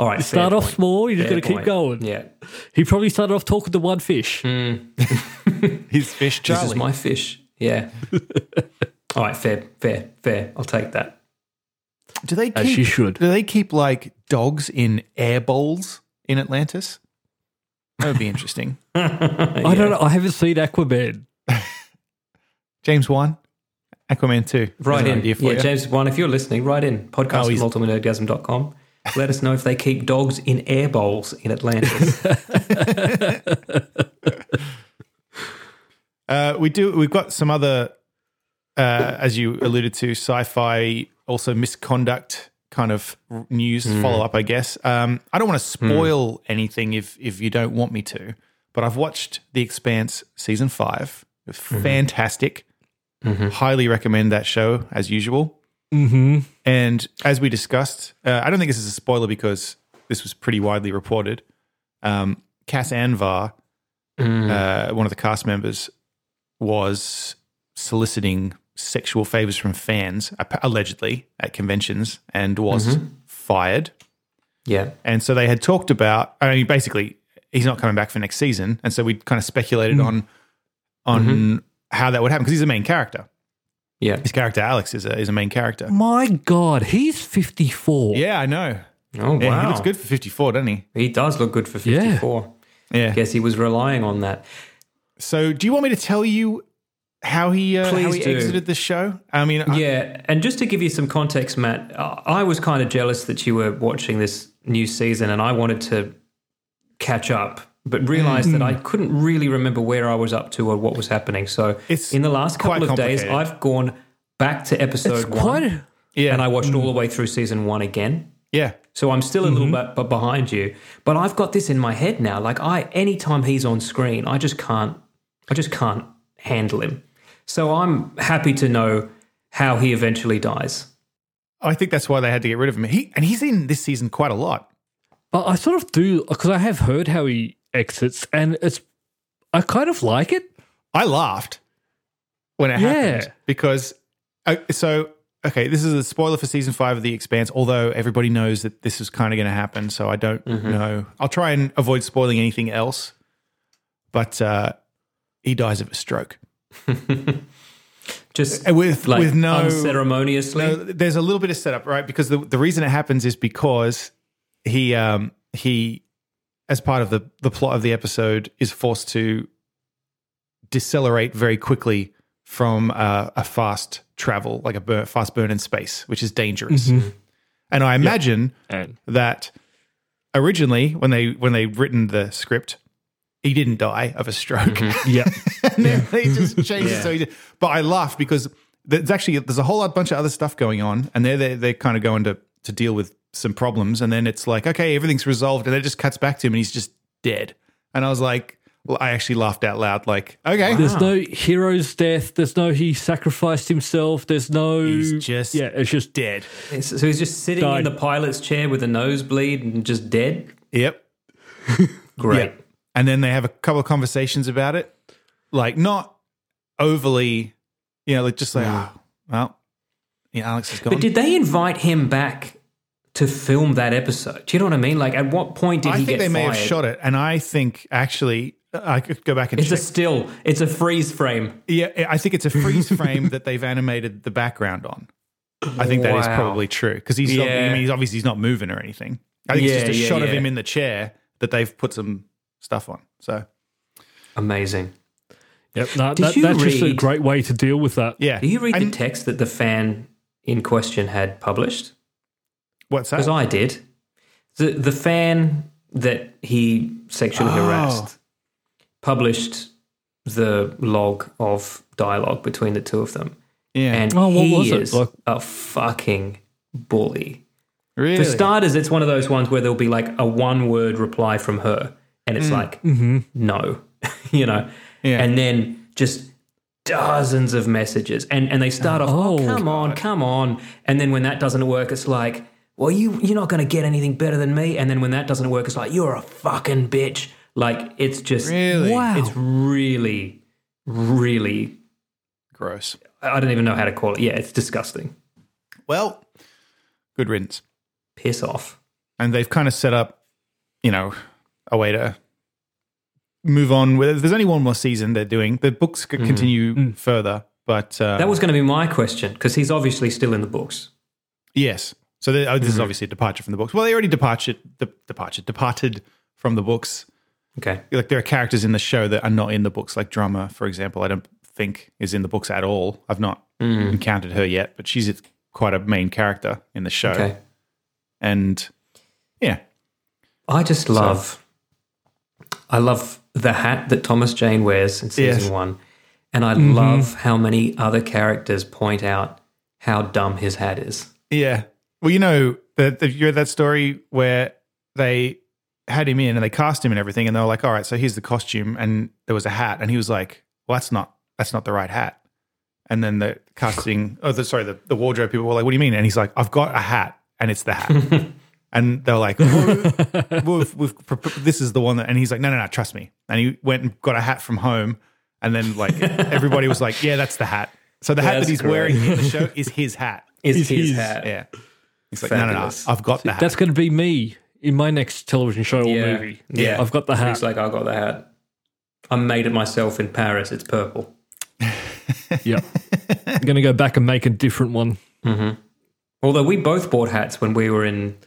S3: All right. fair
S1: Start off
S3: point.
S1: small. You just
S3: Fair
S1: got to keep
S3: point.
S1: going.
S3: Yeah. Hmm.
S1: He probably started off talking to one fish.
S2: *laughs* his fish
S3: This
S2: Charlie.
S3: is my fish.
S2: *laughs*
S3: Yeah. All right. Fair. Fair. Fair. I'll take that.
S2: do they
S1: As
S2: keep,
S1: you should.
S2: Do they keep like dogs in air bowls in Atlantis? That would be interesting.
S1: I don't know. I haven't seen Aquaman.
S2: James Wan, Aquaman 2.
S3: Right
S2: There's an
S3: in.
S2: idea for
S3: yeah,
S2: you.
S3: James One, if you're listening, right in.
S2: Oh,
S3: Podcast at
S2: he's-
S3: multimetergasm.com. Let us know if they keep dogs in air bowls
S2: *laughs*
S3: in Atlantis.
S2: Uh, we do. We've got some other, uh, as you alluded to, sci-fi also misconduct kind of news follow up. I guess um, I don't want to spoil anything if if you don't want me to. But I've watched The Expanse season five. It's Fantastic. Highly recommend that show as usual.
S1: Mm-hmm.
S2: And as we discussed, uh, I don't think this is a spoiler because this was pretty widely reported. Um, Cass Anvar, uh, one of the cast members, was soliciting sexual favors from fans, app- allegedly, at conventions and was
S3: Mm-hmm.
S2: fired.
S3: yeah.
S2: And so they had talked about, I mean, basically, he's not coming back for next season. And so we kind of speculated
S3: Mm.
S2: on on
S3: Mm-hmm.
S2: how that would happen because he's the main character.
S3: Yeah.
S2: His character, Alex, is a, is a main character.
S1: My God, he's 54.
S2: Yeah, I know.
S3: Oh, wow.
S2: Yeah, He looks good for 54, doesn't he?
S3: He does look good for
S1: Yeah.
S3: 54.
S2: Yeah.
S3: Guess he was relying on that.
S2: So, do you want me to tell you how he, uh, how
S3: Please
S2: he
S3: do.
S2: exited the show? I mean, I-
S3: Yeah, and just to give you some context, Matt, I I was kind of jealous that you were watching this new season, and I wanted to catch up, but realized
S2: Mm.
S3: that I couldn't really remember where I was up to or what was happening. So,
S2: It's
S3: in the last couple
S2: quite
S3: of days,
S2: complicated.
S3: I've gone back to episode
S1: It's
S3: one,
S1: quite.
S2: yeah,
S3: and I watched all the way through season one again.
S2: yeah.
S3: So I'm still a little bit b- behind you, but I've got this in my head now. Like I, anytime he's on screen, I just can't, I just can't handle him. So I'm happy to know how he eventually dies.
S2: I think that's why they had to get rid of him. He and he's in this season quite a lot.
S1: I I sort of do because I have heard how he exits, and it's. I kind of like it.
S2: I laughed when it
S1: Yeah.
S2: happened because uh, so okay, this is a spoiler for season five of The Expanse. Although everybody knows that this is kind of going to happen, so I don't know. I'll try and avoid spoiling anything else. But uh, he dies of a stroke
S3: Just
S2: And with
S3: like
S2: with no
S3: unceremoniously.
S2: No, there's a little bit of setup, right? Because the, the reason it happens is because he um he as part of the the plot of the episode is forced to decelerate very quickly from uh, a fast travel, like a burn, fast burn in space, which is dangerous. And I imagine
S1: And
S2: that originally when they when they written the script, he didn't die of a stroke
S3: *laughs*
S1: yeah,
S2: *laughs* and then they just changed it. So he did. But I laughed because there's actually there's a whole lot, bunch of other stuff going on, and they're they're, they're kind of going to to deal with some problems, and then it's like okay, everything's resolved, and then it just cuts back to him, and he's just dead. And I was like, well, I actually laughed out loud, like okay,
S3: Ah.
S1: there's no hero's death. There's no he sacrificed himself. There's no
S2: He's just-
S1: yeah. It's just
S2: dead.
S3: so he's just sitting in
S1: Died.
S3: the pilot's chair with a nosebleed and just dead.
S2: Yep.
S3: Great.
S2: And then they have a couple of conversations about it, like not overly, you know, like just like oh, well, yeah, Alex is gone.
S3: But did they invite him back to film that episode? Do you know what I mean? Like, at what point did
S2: I
S3: he
S2: think
S3: get
S2: they may
S3: fired?
S2: have shot it, and I think actually uh, I could go back and
S3: it's
S2: check.
S3: a still. It's a freeze frame.
S2: Yeah, I think it's a
S3: *laughs*
S2: freeze frame that they've animated the background on. I think that is
S3: Wow.
S2: probably true because he's, not- I
S3: Yeah.
S2: mean, he's obviously he's not moving or anything. I think it's
S3: Yeah,
S2: just a
S3: yeah,
S2: shot of
S3: yeah.
S2: him in the chair that they've put some stuff on. So
S3: Amazing.
S1: yep. nah,
S3: Did
S1: that,
S3: you
S1: that's just a
S3: read-
S1: great way to deal with that.
S2: yeah,
S3: Do you read the
S2: And-
S3: text that the fan in question had published?
S2: what's that?
S3: Because I did. The the fan that he sexually
S1: Oh.
S3: harassed published the log of dialogue between the two of them.
S2: yeah,
S3: And
S1: Oh, what
S3: he
S1: was it?
S3: is
S1: Like-
S3: a fucking bully.
S2: really?
S3: For starters, it's one of those ones where there'll be like a one word reply from her, and it's like, no, *laughs* you know?
S2: Mm. Mm-hmm. Yeah.
S3: And then just dozens of messages. And, and they start off, oh,
S1: Oh,
S3: come on, come on. And then when that doesn't work, it's like, well, you, you're not going to get anything better than me. And then when that doesn't work, it's like, you're a fucking bitch. Like, it's just,
S2: Really? Wow.
S3: it's really, really,
S2: Gross.
S3: I don't even know how to call it. Yeah, it's disgusting.
S2: Well, good riddance.
S3: Piss off.
S2: And they've kind of set up, you know, a way to move on. With it. There's only one more season they're doing. The books could continue further, but uh,
S3: Mm. That was going to be my question because he's obviously still in the books.
S2: Yes. So they, oh, this
S3: Mm-hmm.
S2: is obviously a departure from the books. Well, they already departed, de- departed, departed from the books.
S3: Okay.
S2: Like there are characters in the show that are not in the books, like Drummer, for example. I don't think is in the books at all. I've not
S3: Mm.
S2: encountered her yet, but she's quite a main character in the show.
S3: Okay.
S2: And Yeah.
S3: I just love, I love the hat that Thomas Jane wears in season
S2: Yes.
S3: one, and I
S1: Mm-hmm.
S3: love how many other characters point out how dumb his hat is.
S2: Yeah. Well, you know, the, the, you read that story where they had him in and they cast him and everything, and they were like, "All right, so here's the costume," and there was a hat, and he was like, "Well, that's not that's not the right hat." And then the
S3: *laughs*
S2: casting, oh, the, sorry, the, the wardrobe people were like, "What do you mean?" And he's like, "I've got a hat, and it's the
S3: *laughs*
S2: hat." and they're like, "Oh, "Well, we've, we've, pre- pre- "This is the one that," and he's like, "No, no, no, trust me." And he went and got a hat from home, and then like everybody was like, "Yeah, that's the hat." So the hat
S3: That's
S2: that he's
S3: great.
S2: wearing in the
S3: *laughs*
S2: show is his hat.
S3: Is
S1: Is
S3: his,
S1: his.
S3: hat?
S2: Yeah. He's like,
S3: Fabulous.
S2: no, no, no. I've got the hat.
S1: That's going to be me in my next television show or
S3: Yeah.
S1: movie.
S3: Yeah.
S1: I've got the hat.
S3: He's like, I got the hat. I made it myself in Paris. It's purple. *laughs*
S1: yeah. I'm going to go back and make a different one.
S3: Although we both bought hats when we were in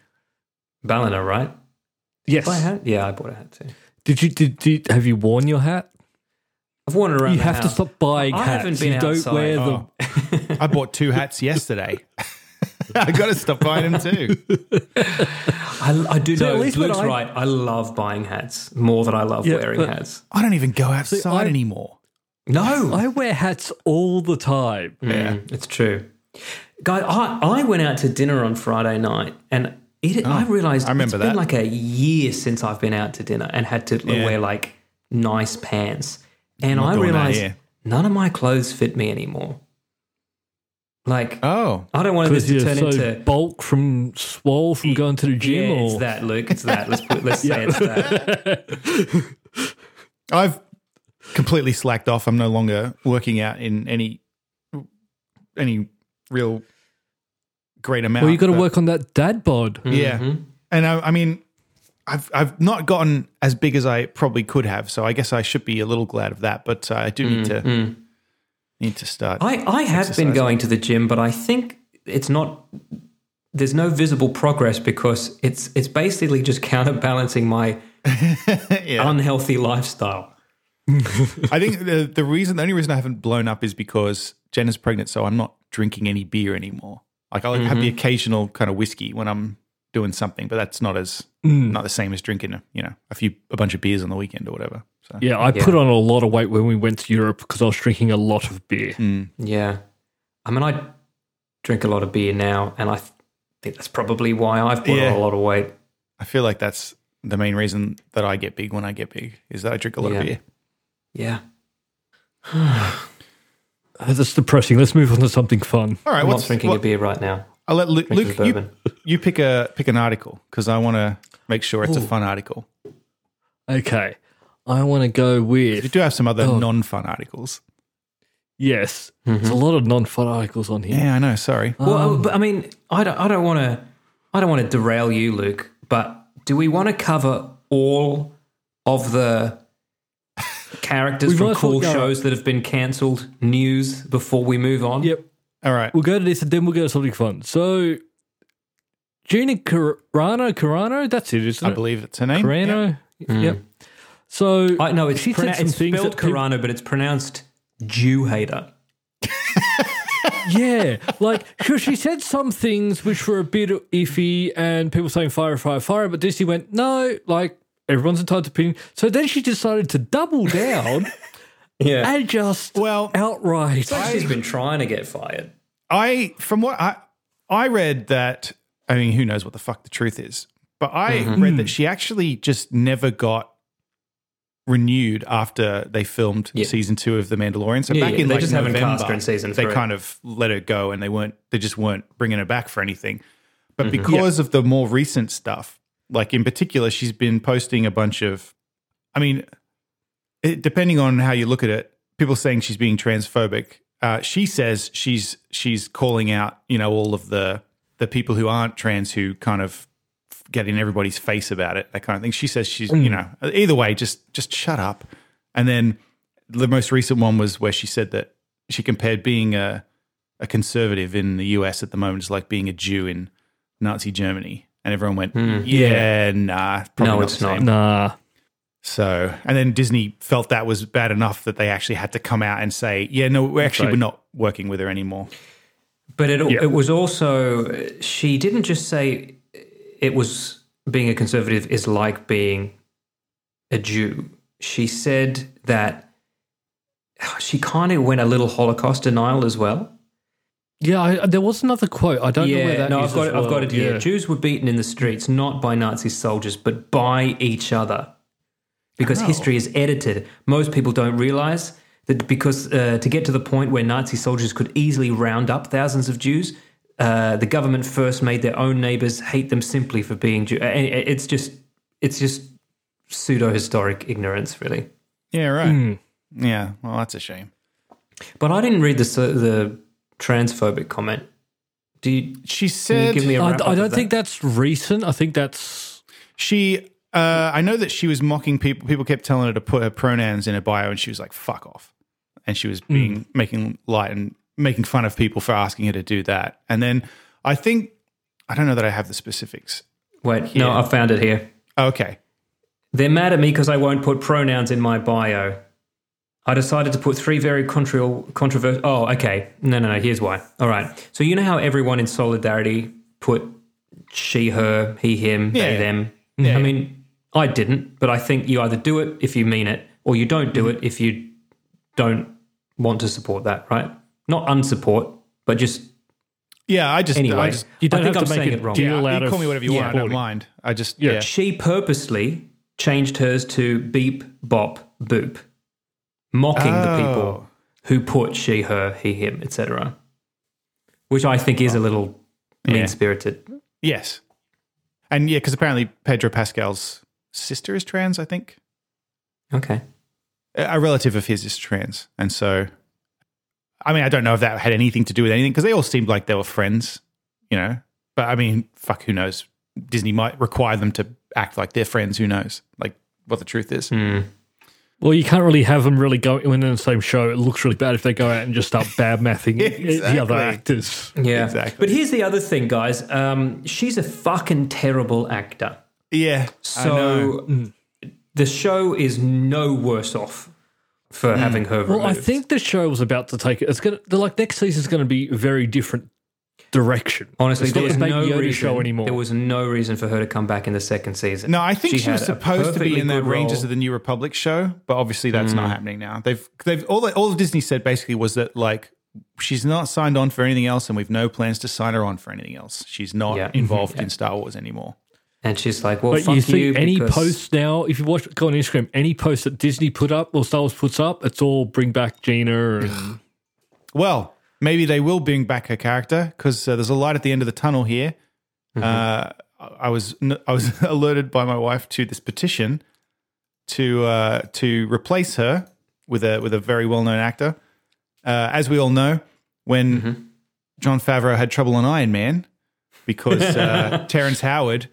S3: Ballina, right?
S1: Yes.
S3: Buy a hat? Yeah, I bought a hat too.
S1: Did you did, did have you worn your hat?
S3: I've worn it around.
S1: You
S3: the
S1: have to
S3: house.
S1: stop buying
S3: I
S1: hats.
S3: haven't been
S1: you don't
S3: outside. Oh.
S1: wear them.
S2: I bought two hats yesterday. *laughs* I got to stop buying them too.
S3: I, I do know.
S1: at least when
S3: Luke's
S1: I-
S3: right. I love buying hats more than I love
S1: Yeah,
S3: wearing
S1: but-
S3: hats.
S2: I don't even go outside
S1: I-
S2: anymore.
S3: No,
S1: I wear hats all the time.
S2: Yeah.
S3: It's true. Guy, I, I went out to dinner on Friday night and it, I realized
S2: Oh, I remember
S3: it's been
S2: that.
S3: like a year since I've been out to dinner and had to
S2: Yeah.
S3: wear like nice pants. And I
S2: doing that,
S3: realized
S2: yeah.
S3: none of my clothes fit me anymore. Like,
S2: Oh,
S3: I don't want
S1: Because
S3: this to
S1: you're
S3: turn
S1: so
S3: into.
S1: bulk from swole from going to the gym
S3: Yeah,
S1: or
S3: it's that, Luke. It's that. Let's,
S1: *laughs*
S3: put, let's say it's that.
S2: I've completely slacked off. I'm no longer working out in any any real great amount.
S1: Well, you got to
S2: but- Mm.
S1: work Mm-hmm. on that dad bod.
S2: Yeah, and I, I mean, I've I've not gotten as big as I probably could have, so I guess I should be a little glad of that. But uh, I do
S1: Mm,
S2: need to need to start.
S3: I, I have been going to the gym, but I think it's not. There's no visible progress because it's it's basically just *laughs* counterbalancing my
S2: *laughs* Yeah.
S3: unhealthy lifestyle.
S2: I think the the reason the only reason I haven't blown up is because Jen is pregnant, so I'm not drinking any beer anymore. Like I'll have
S3: Mm-hmm.
S2: the occasional kind of whiskey when I'm doing something, but that's not as
S3: Mm.
S2: not the same as drinking you know a few a bunch of beers on the weekend or whatever. So
S1: Yeah, I put on a lot of weight when we went to Europe because I was drinking a lot of beer.
S2: Mm.
S3: Yeah, I mean, I drink a lot of beer now, and I th- think that's probably why I've put
S2: Yeah.
S3: on a lot of weight.
S2: I feel like that's the main reason that I get big when I get big is that I drink a lot
S3: Yeah.
S2: of beer.
S3: Yeah,
S1: Uh, That's depressing. Let's move on to something fun.
S2: All right,
S3: I'm not
S2: what's
S3: drinking
S2: what-
S3: a beer right now.
S2: I'll let Luke,
S3: Drinking
S2: Luke you,
S3: bourbon.
S2: you pick a pick an article because I want to make sure it's a fun article.
S1: Okay, I want to go
S2: We
S1: with
S2: do have some other
S3: Oh.
S2: non fun articles.
S1: yes. There's
S2: Mm-hmm.
S1: a lot of non-fun articles on here.
S2: Yeah, I know. Sorry.
S1: Um,
S3: well, uh, but I mean, I don't, I don't want to, I don't want to derail you, Luke. But do we want to cover all of the
S1: We
S3: characters
S1: might
S3: from
S1: as well
S3: cool
S1: go-
S3: shows that have been cancelled news before we move on?
S1: Yep,
S2: All right.
S1: we'll go to this and then we'll go to something fun. So, Gina Carano, Carano, that's it, isn't
S2: I
S1: it?
S2: believe Mm. it's her name.
S1: Carano. Yep. So
S3: I know it's,
S1: she
S3: prona-
S1: said some
S3: it's
S1: things
S3: spelled
S1: that people-
S3: Carano, but it's pronounced Jew hater.
S1: Yeah, like sure, she said some things which were a bit iffy, and people saying fire, fire, fire. But Disney went no, like everyone's entitled to opinion. So then she decided to double down
S3: *laughs* Yeah,
S1: and just
S2: Well,
S1: outright.
S3: she's been trying to get fired.
S2: I from what I I read that I mean who knows what the fuck the truth is, but I
S3: Mm-hmm.
S2: read that she actually just never got renewed after they filmed season two of The Mandalorian. So
S3: Yeah,
S2: back
S3: yeah,
S2: in
S3: they
S2: like
S3: just haven't
S2: November,
S3: cast her in season
S2: they
S3: three.
S2: kind of let her go and they weren't they just weren't bringing her back for anything.
S3: Mm-hmm.
S2: But because of the more recent stuff, like in particular, she's been posting a bunch of I mean, it, depending on how you look at it, people saying she's being transphobic. Uh, she says she's she's calling out, you know, all of the the people who aren't trans who kind of get in everybody's face about it, that kind of thing. She says she's, you
S3: Mm.
S2: know, either way, just just shut up. And then the most recent one was where she said that she compared being a a conservative in the US at the moment is like being a Jew in Nazi Germany. And everyone went, yeah, nah, probably
S3: Hmm. No,
S2: not
S3: it's
S2: the
S3: not.
S2: same."
S1: nah,
S2: So, and then Disney felt that was bad enough that they actually had to come out and say, yeah, no, we're actually we're not working with her anymore.
S3: But it, it was also she didn't just say it was being a conservative is like being a Jew. She said that she kind of went a little Holocaust denial as well.
S1: Yeah, I, uh, there was another quote. I don't know where that
S3: no,
S1: is
S3: I've got
S1: as
S3: it. I've
S1: well.
S3: got it here.
S1: Yeah.
S3: Jews were beaten in the streets not by Nazi soldiers, but by each other, because
S2: Oh.
S3: history is edited. Most people don't realize that because uh, to get to the point where Nazi soldiers could easily round up thousands of Jews, uh, the government first made their own neighbors hate them simply for being Jew. And it- It's just, it's just pseudo historic ignorance, really.
S2: Yeah, right.
S3: Hmm.
S2: Yeah, well, that's a shame.
S3: But I didn't read the the transphobic comment. Do you?
S2: She
S3: Can you
S2: said
S3: give me a
S1: I,
S3: wrap up
S1: I
S3: of
S1: don't
S3: that?
S1: think that's recent. I think that's
S2: she. Uh, I know that she was mocking people. People kept telling her to put her pronouns in her bio, and she was like, "Fuck off," and she was
S3: Hmm.
S2: being making light and making fun of people for asking her to do that. And then I think I don't know that I have the specifics.
S3: Wait, no, I found it here.
S2: Okay,
S3: They're mad at me because I won't put pronouns in my bio. I decided to put three very controversial. Oh, okay. No, no, no. Here's why. All right. So, you know how everyone in Solidarity put she, her, he, him, they,
S2: Yeah.
S3: them? I mean, I didn't, but I think you either do it if you mean it or you don't
S1: Mm-hmm.
S3: do it if you don't want to support that, right? Not unsupport, but just.
S2: yeah, I just
S3: Anyway,
S2: I just,
S1: you don't
S3: I think
S1: have
S3: I'm
S1: to make
S3: saying
S1: a
S3: it wrong.
S1: deal
S2: yeah,
S1: out
S2: you
S1: of
S2: call me whatever you
S3: yeah.
S2: want. I don't mind. I just
S1: Yeah.
S2: yeah.
S3: She purposely changed hers to beep, bop, boop, mocking the people
S2: Oh.
S3: who put she, her, he, him, etc. Which I think is a little mean spirited.
S2: Yes, and yeah, because apparently Pedro Pascal's sister is trans. I think
S3: Okay.
S2: a relative of his is trans, and so I mean, I don't know if that had anything to do with anything because they all seemed like they were friends, you know. But I mean, fuck, who knows? Disney might require them to act like they're friends. Who knows? Like what the truth is.
S1: well, you can't really have them really go in the same show. It looks really bad if they go out and just start bad
S3: *laughs*
S1: mouthing the other
S2: Exactly.
S1: actors.
S3: Yeah.
S2: Exactly.
S3: But here's the other thing, guys. Um, she's a fucking terrible actor.
S2: Yeah.
S3: So the show is no worse off for
S2: Hmm.
S3: having her
S1: Well, I
S3: removed.
S1: think the show was about to take it. It's gonna the, like next season's going to be very different direction.
S3: Honestly,
S1: it's
S3: there
S1: not
S3: was
S1: the Baby
S3: no
S1: Yoda
S3: reason,
S1: show anymore.
S3: There was no reason for her to come back in the second season.
S2: No, I think she, was
S3: had a
S2: supposed to be
S3: perfectly
S2: in the
S3: good
S2: Rangers
S3: role. Hmm.
S2: of the New Republic show, but obviously that's not happening now. They've they've all that all Disney said basically was that like she's not signed on for anything else, and we've no plans to sign her on for anything else. She's not
S3: *laughs* Yeah.
S2: involved in Star Wars anymore.
S3: And she's like, well,
S1: But
S3: fuck
S1: you
S3: you.
S1: see, any
S3: because-
S1: posts now, if you watch go on Instagram, any post that Disney put up or Star Wars puts up, it's all bring back Gina.
S3: *sighs*
S1: And
S2: Well, maybe they will bring back her character because uh, there's a light at the end of the tunnel here. Uh, I was I was *laughs* alerted by my wife to this petition to uh, to replace her with a with a very well known actor. Uh, as we all know, when John Favreau had trouble on Iron Man because uh, Terrence Howard,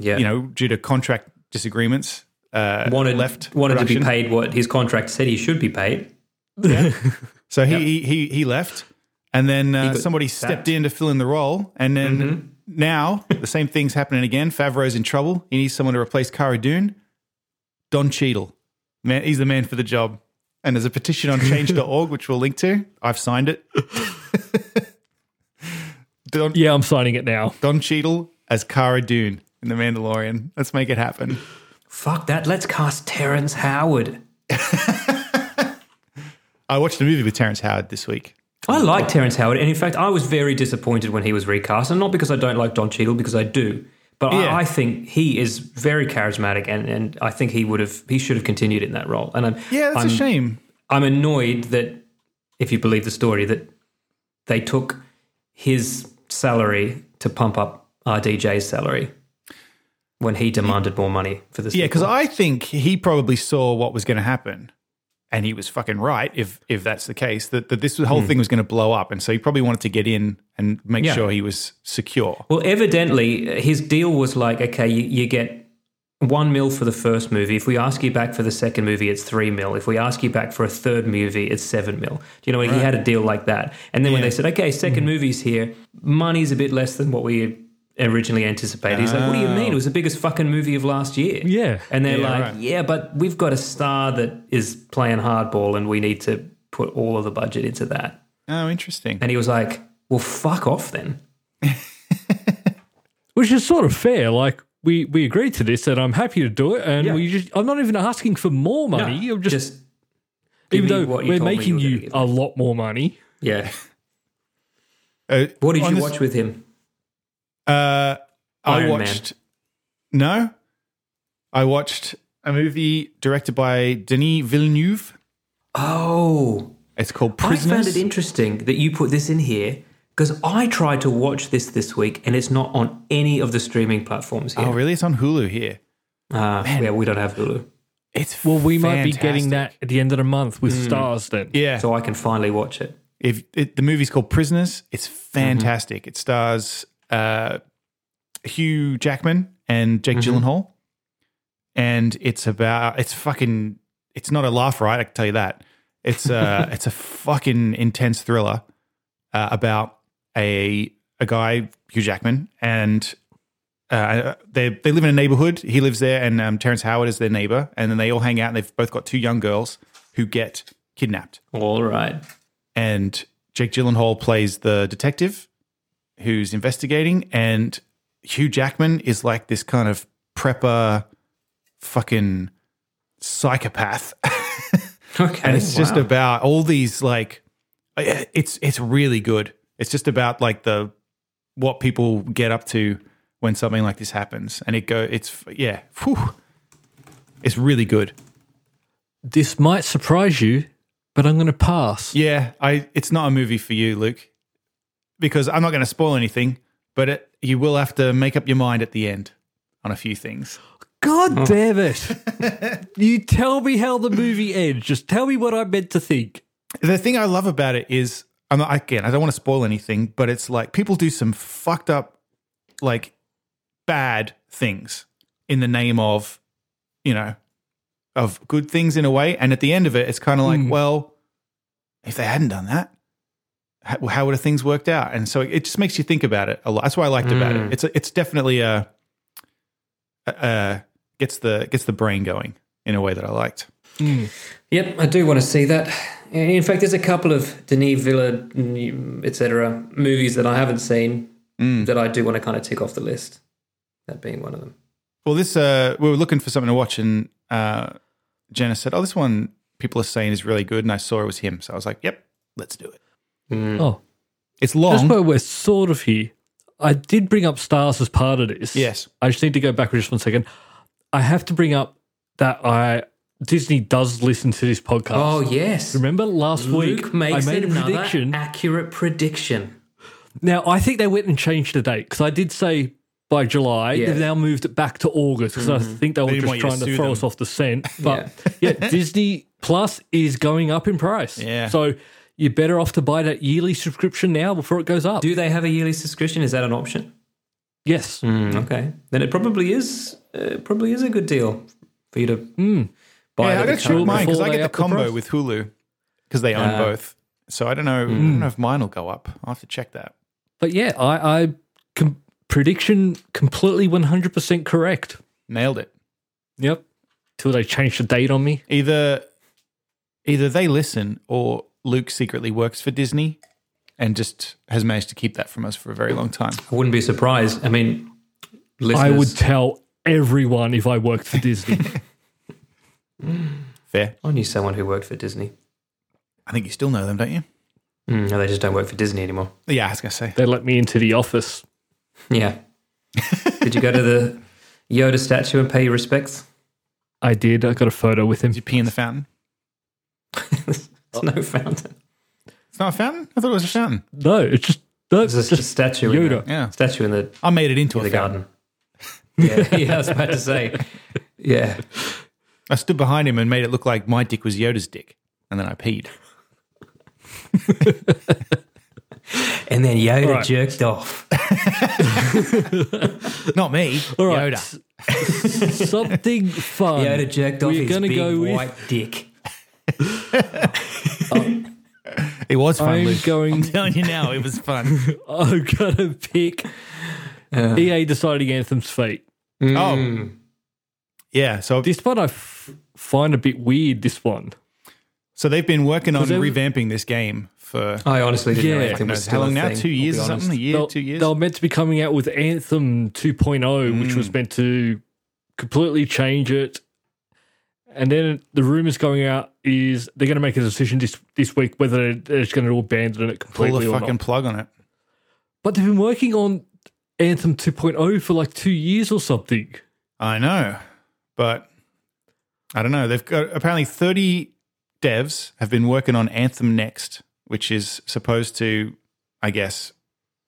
S3: yeah,
S2: you know, due to contract disagreements, uh,
S3: wanted
S2: left
S3: wanted to be
S2: production.
S3: paid what his contract said he should be paid.
S2: So he, he he he left, and then uh,
S3: got
S2: somebody stepped in to fill in the role, and then now the same thing's happening again. Favreau's in trouble. He needs someone to replace Cara Dune. Don Cheadle, man, he's the man for the job. And there's a petition on Change.org, which we'll link to. I've signed it. Don,
S1: yeah, I'm signing it now.
S2: Don Cheadle as Cara Dune in The Mandalorian. Let's make it happen.
S3: Fuck that. Let's cast Terrence Howard.
S2: I watched a movie with Terrence Howard this week.
S3: I like Terrence Howard, and in fact, I was very disappointed when he was recast, and not because I don't like Don Cheadle, because I do. But
S2: Yeah.
S3: I, I think he is very charismatic, and, and I think he would have he should have continued in that role. And I'm
S2: Yeah, that's
S3: I'm,
S2: a shame.
S3: I'm annoyed that, if you believe the story, that they took his salary to pump up RDJ's salary when he demanded more money for this.
S2: Yeah, because I think he probably saw what was going to happen, and he was fucking right. If if that's the case, that that this whole thing was going to blow up, and so he probably wanted to get in and make
S3: Hmm. Yeah.
S2: sure he was secure.
S3: Well, evidently, uh, his deal was like, okay, you, you get one mil for the first movie. If we ask you back for the second movie, it's three mil. If we ask you back for a third movie, it's seven mil. Do you know what? He had a deal like that. And then when they said, okay, second movie's here, money's a bit less than what we originally anticipated. He's like, what do you mean? It was the biggest fucking movie of last year.
S1: Yeah.
S3: And they're
S2: Yeah,
S3: like,
S2: right.
S3: yeah, but we've got a star that is playing hardball and we need to put all of the budget into that.
S2: Oh, interesting.
S3: And he was like, well, fuck off then.
S1: Which is sort of fair. Like, we we agreed to this, and I'm happy to do it. And
S3: Yeah.
S1: we just I'm not even asking for more money. I'm just,
S3: just
S1: even
S3: give me
S1: though
S3: what you
S1: we're
S3: told me
S1: making
S3: you were
S1: you,
S3: gonna give
S1: a lot more money.
S3: yeah.
S2: Uh,
S3: What did
S2: on
S3: you
S2: this-
S3: watch with him?
S2: Uh, I
S3: Iron Man.
S2: watched. No, I watched a movie directed by Denis Villeneuve.
S3: Oh,
S2: It's called
S3: I found
S2: Prisoners.
S3: it interesting that you put this in here because I tried to watch this this week and it's not on any of the streaming platforms here.
S2: oh, really? It's on Hulu here.
S3: Uh, yeah, we don't have Hulu,
S2: It's
S1: Well, we might be getting
S2: fantastic.
S1: that at the end of the month
S3: Hmm.
S1: with stars. Then
S2: Yeah,
S3: so I can finally watch it.
S2: if it, the movie's called Prisoners, it's fantastic. It stars uh, Hugh Jackman and Jake Gyllenhaal, and it's about it's fucking it's not a laugh right. I can tell you that it's a it's a fucking intense thriller uh, about a a guy Hugh Jackman and. Uh, they they live in a neighborhood. He lives there, and um, Terrence Howard is their neighbor. And then they all hang out, and they've both got two young girls who get kidnapped
S3: All right.
S2: and Jake Gyllenhaal plays the detective who's investigating, and Hugh Jackman is like this kind of prepper, fucking psychopath, *laughs*
S3: Okay.
S2: and it's just
S3: wow.
S2: about all these like, it's it's really good. It's just about like the what people get up to when something like this happens, and it go, it's yeah, whew, it's really good.
S1: this might surprise you, but I'm going to pass.
S2: Yeah, I it's not a movie for you, Luke, because I'm not going to spoil anything, but it, you will have to make up your mind at the end on a few things.
S3: Oh.
S1: God damn it!
S3: *laughs*
S1: you tell me how the movie ends. Just tell me what I meant to think.
S2: The thing I love about it is I'm not, again, I don't want to spoil anything, but it's like people do some fucked up like bad things in the name of, you know, of good things in a way, and at the end of it it's kind of like, well, if they hadn't done that, how, how would have things worked out? And so it just makes you think about it a lot. That's what I liked about it. It's a, it's definitely a, a, a gets the gets the brain going in a way that I liked.
S3: Yep, I do want to see that. In fact, there's a couple of Denis Villa, etc. movies that I haven't seen
S2: Mm.
S3: that I do want to kind of tick off the list. That being one of them.
S2: Well, this uh, we were looking for something to watch, and uh, Jenna said, "Oh, this one people are saying is really good," and I saw it was him, so I was like, "Yep, let's do it."
S3: Mm.
S1: Oh, that's
S2: It's long.
S1: where we're sort of here. I did bring up stars as part of this.
S2: Yes.
S1: I just need to go back just one second. I have to bring up that I Disney does listen to this podcast.
S3: Oh yes,
S1: Remember last
S3: Luke
S1: week
S3: makes
S1: I made a
S3: another
S1: prediction.
S3: accurate prediction.
S1: Now I think they went and changed the date because I did say by July.
S3: Yeah. Mm-hmm.
S1: They've now moved it back to August because I think they were
S2: didn't
S1: just
S2: want you to
S1: trying to
S2: sue
S1: throw
S2: them.
S1: us off the scent. But
S3: *laughs*
S1: yeah, Disney Plus is going up in price.
S2: Yeah.
S1: So you're better off to buy that yearly subscription now before it goes up.
S3: Do they have a yearly subscription? Is that an option?
S1: yes.
S3: Mm. Okay, then it probably is. Uh, probably is a good deal for you to
S1: Mm.
S2: yeah,
S3: buy.
S2: I
S3: it at
S2: got
S3: the
S2: to check
S3: current
S2: mine because
S1: before
S2: I
S1: they
S2: get the
S1: up the
S2: combo
S1: price.
S2: with Hulu because they own
S3: Ah.
S2: both. So I don't know. I don't know if mine will go up. I'll have to check that.
S1: But yeah, I, I com- prediction completely 100% correct.
S2: Nailed it.
S1: Yep. Till they change the date on me.
S2: Either either they listen or Luke secretly works for Disney and just has managed to keep that from us for a very long time.
S3: I wouldn't be surprised. I mean, listeners,
S1: I would tell everyone if I worked for Disney.
S2: Fair.
S3: I knew someone who worked for Disney.
S2: I think you still know them, don't you?
S3: Mm, no, they just don't work for Disney anymore.
S2: Yeah, I was gonna say.
S1: they let me into the office.
S3: *laughs* Yeah. Did you go to the Yoda statue and pay your respects? *laughs*
S1: I did. I got a photo with him.
S2: Did you pee in the fountain?
S3: it's no fountain.
S2: It's not a fountain. I thought it was a fountain.
S1: No, it's just no, it's
S3: It's just,
S1: just,
S3: a statue. In
S1: Yoda.
S3: the,
S2: Yeah.
S3: Statue in the
S2: I made it into
S3: in
S2: a
S3: the
S2: fountain.
S3: *laughs* garden. Yeah, *laughs* yeah, I was about to say. Yeah.
S2: I stood behind him and made it look like my dick was Yoda's dick, and then I
S1: *laughs*
S2: peed.
S3: And then Yoda
S1: right.
S3: jerked off.
S2: Not me,
S1: all right.
S2: Yoda.
S1: s- Something
S2: *laughs*
S1: fun.
S3: Yoda jerked off
S1: We're
S3: his
S1: gonna
S3: big
S1: go with-
S3: white dick.
S2: It was fun.
S1: I'm
S2: Luke.
S1: going-
S2: *laughs* I'm telling you now, it
S1: *laughs*
S2: was fun.
S1: I'm gonna pick EA deciding Anthem's fate.
S2: Oh, yeah. So
S1: This one I f- find a bit weird. This one.
S2: So they've been working on
S1: they were-
S2: revamping this game for
S3: I honestly didn't know
S1: Yeah.
S3: anything was
S2: knows
S3: still
S2: how long
S3: a
S2: now?
S3: thing,
S2: Two
S3: I'll
S2: years
S3: be
S2: or
S3: honest.
S2: something? A year,
S1: They'll-
S2: two years?
S1: They were meant to be coming out with Anthem 2.0, which
S3: Hmm.
S1: was meant to completely change it. And then the rumors going out is they're going to make a decision this this week whether they're just going to abandon it
S2: Pull
S1: completely
S2: the
S1: or
S2: fucking
S1: not.
S2: plug on it.
S1: But they've been working on Anthem 2.0 for like two years or something.
S2: I know, but I don't know. They've got apparently 30 devs have been working on Anthem Next, which is supposed to, I guess,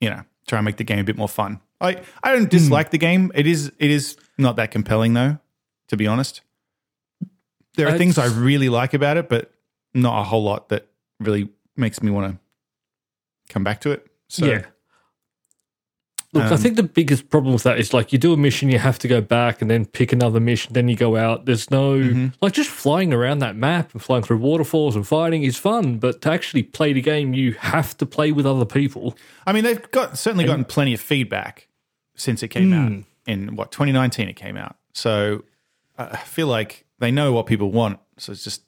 S2: you know, try and make the game a bit more fun. I I
S1: Hmm.
S2: don't dislike the game. It is it is not that compelling though, to be honest. There are
S1: It's-
S2: things I really like about it, but not a whole lot that really makes me want to come back to it. So
S1: yeah. Look, I
S2: Um,
S1: think the biggest problem with that is like you do a mission, you have to go back and then pick another mission, then you go out. There's no like just flying around that map and flying through waterfalls and fighting is fun, but to actually play the game, you have to play with other people.
S2: I mean, they've got certainly gotten plenty of feedback since it came
S1: Hmm.
S2: out in what 2019 it came out. So I I feel like they know what people want. So it's just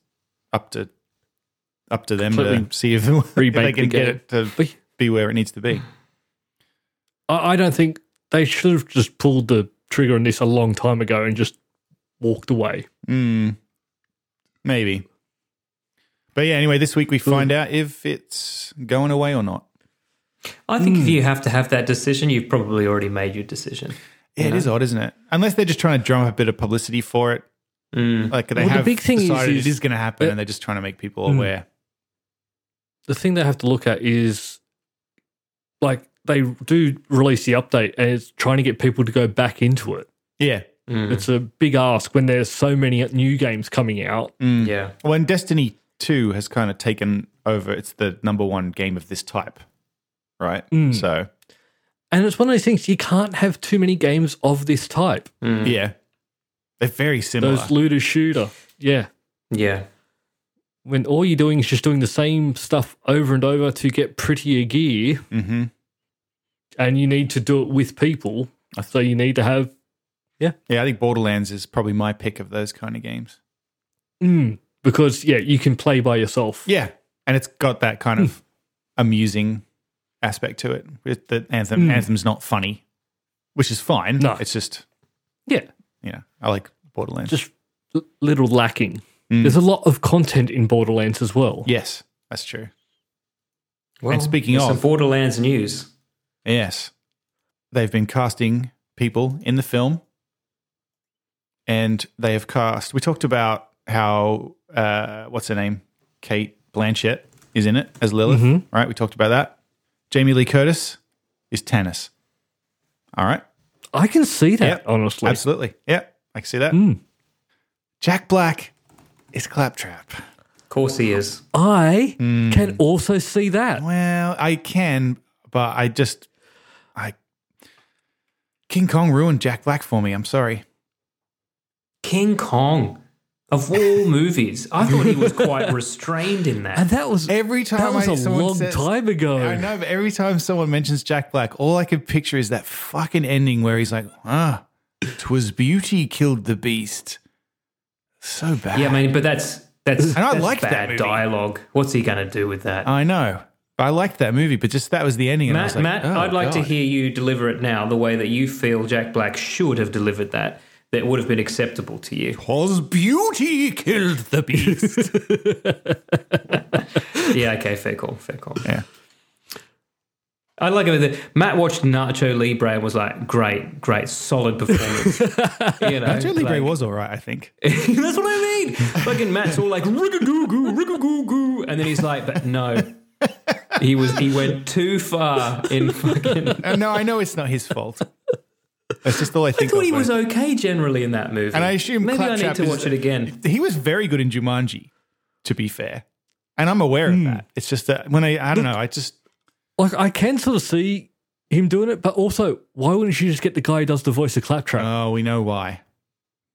S2: up to up to them to
S1: Completely
S2: *laughs* see if, if they
S1: remake
S2: can
S1: the
S2: get
S1: game.
S2: it to
S1: But-
S2: be where it needs to be.
S1: I, I don't think they should have just pulled the trigger on this a long time ago and just walked away.
S2: Mm, maybe. But yeah, anyway, this week we find out if it's going away or not.
S3: I think if you have to have that decision, you've probably already made your decision.
S2: Yeah, it is odd, isn't it? Unless they're just trying to drum up a bit of publicity for it.
S3: Hmm.
S2: Like they
S1: Well, the
S2: have
S1: big thing is-
S2: decided
S1: is- Hmm.
S2: it is going to happen,
S1: Uh,
S2: and they're just trying to make people aware.
S1: the thing they have to look at is like they do release the update and it's trying to get people to go back into it.
S2: Yeah,
S1: It's a big ask when there's so many new games coming out.
S3: Mm, Yeah.
S2: When Destiny 2 has kind of taken over, it's the number one game of this type, right?
S1: Mm.
S2: So,
S1: And it's one of those things you can't have too many games of this type.
S2: yeah. They're very similar.
S1: Those looter shooter. Yeah.
S3: Yeah.
S1: When all you're doing is just doing the same stuff over and over to get prettier gear
S2: hmm
S1: and you need to do it with people. So you need to have
S2: Yeah, I think Borderlands is probably my pick of those kind of games.
S1: mm, because yeah, you can play by yourself.
S2: Yeah. And it's got that kind
S1: Hmm.
S2: of amusing aspect to it. With The anthem anthem's not funny, which is fine.
S1: Hmm. No.
S2: It's just,
S1: Yeah.
S2: you know, I like Borderlands.
S1: Just l- little lacking. There's a lot of content in Borderlands as well.
S2: yes, that's true.
S3: Well,
S2: And speaking
S3: there's
S2: of-
S3: some Borderlands news.
S2: Yes. They've been casting people in the film. And they have cast. We talked about how, uh, what's her name? Kate Blanchett is in it as Lilith, right? We talked about that. Jamie Lee Curtis is Tannis. All right.
S1: I can see that,
S2: Yep.
S1: honestly.
S2: Absolutely. Yeah. I can see that. Jack Black is Claptrap.
S3: Of course he is.
S1: I
S2: Hmm.
S1: can also see that.
S2: Well, I can, but I just, I. King Kong ruined Jack Black for me. I'm sorry.
S3: King Kong. Of *laughs* all movies, I thought he was quite restrained
S1: And
S3: in that.
S1: that was
S2: Every time
S1: that was
S2: I-
S1: a
S2: someone
S1: long
S2: says-
S1: time ago.
S3: Oh.
S2: I know, but every time someone mentions Jack Black, all I could picture is that fucking ending where he's like, ah, 'twas beauty killed the beast. So bad.
S3: Yeah, I mean, but that's that's,
S2: And I
S3: that's
S2: liked that
S3: bad
S2: movie.
S3: dialogue. What's he going to do with that?
S2: I know. I liked that movie, but just that was the ending. and I
S3: Matt,
S2: was like,
S3: Matt
S2: oh,
S3: I'd like to
S2: God.
S3: hear you deliver it now the way that you feel Jack Black should have delivered that. That would have been acceptable to *laughs* you.
S2: 'Twas beauty killed the beast.
S3: *laughs* Yeah, okay, fair call, fair call.
S2: yeah.
S3: I like it that Matt watched Nacho Libre and was like, great, great, solid *laughs* performance. you know,
S2: Nacho Libre
S3: like-
S2: was all right, I think.
S3: *laughs* That's what I mean. Fucking Matt's all like rigga goo rigga goo, and then he's like, but no, he was he went too far *laughs* in fucking. I
S2: Uh, no, I know it's not his fault. That's just all I think.
S3: thought
S2: of
S3: he
S2: when
S3: was okay generally in that movie,
S2: And I assume
S3: maybe I need
S2: Claptrap
S3: to
S2: is-
S3: watch it again.
S2: he was very good in Jumanji, to be fair. And I'm aware of that. It's just that when I, I don't know, I just,
S1: like I can sort of see him doing it, but also why wouldn't you just get the guy who does the voice of Claptrap?
S2: oh, we know why.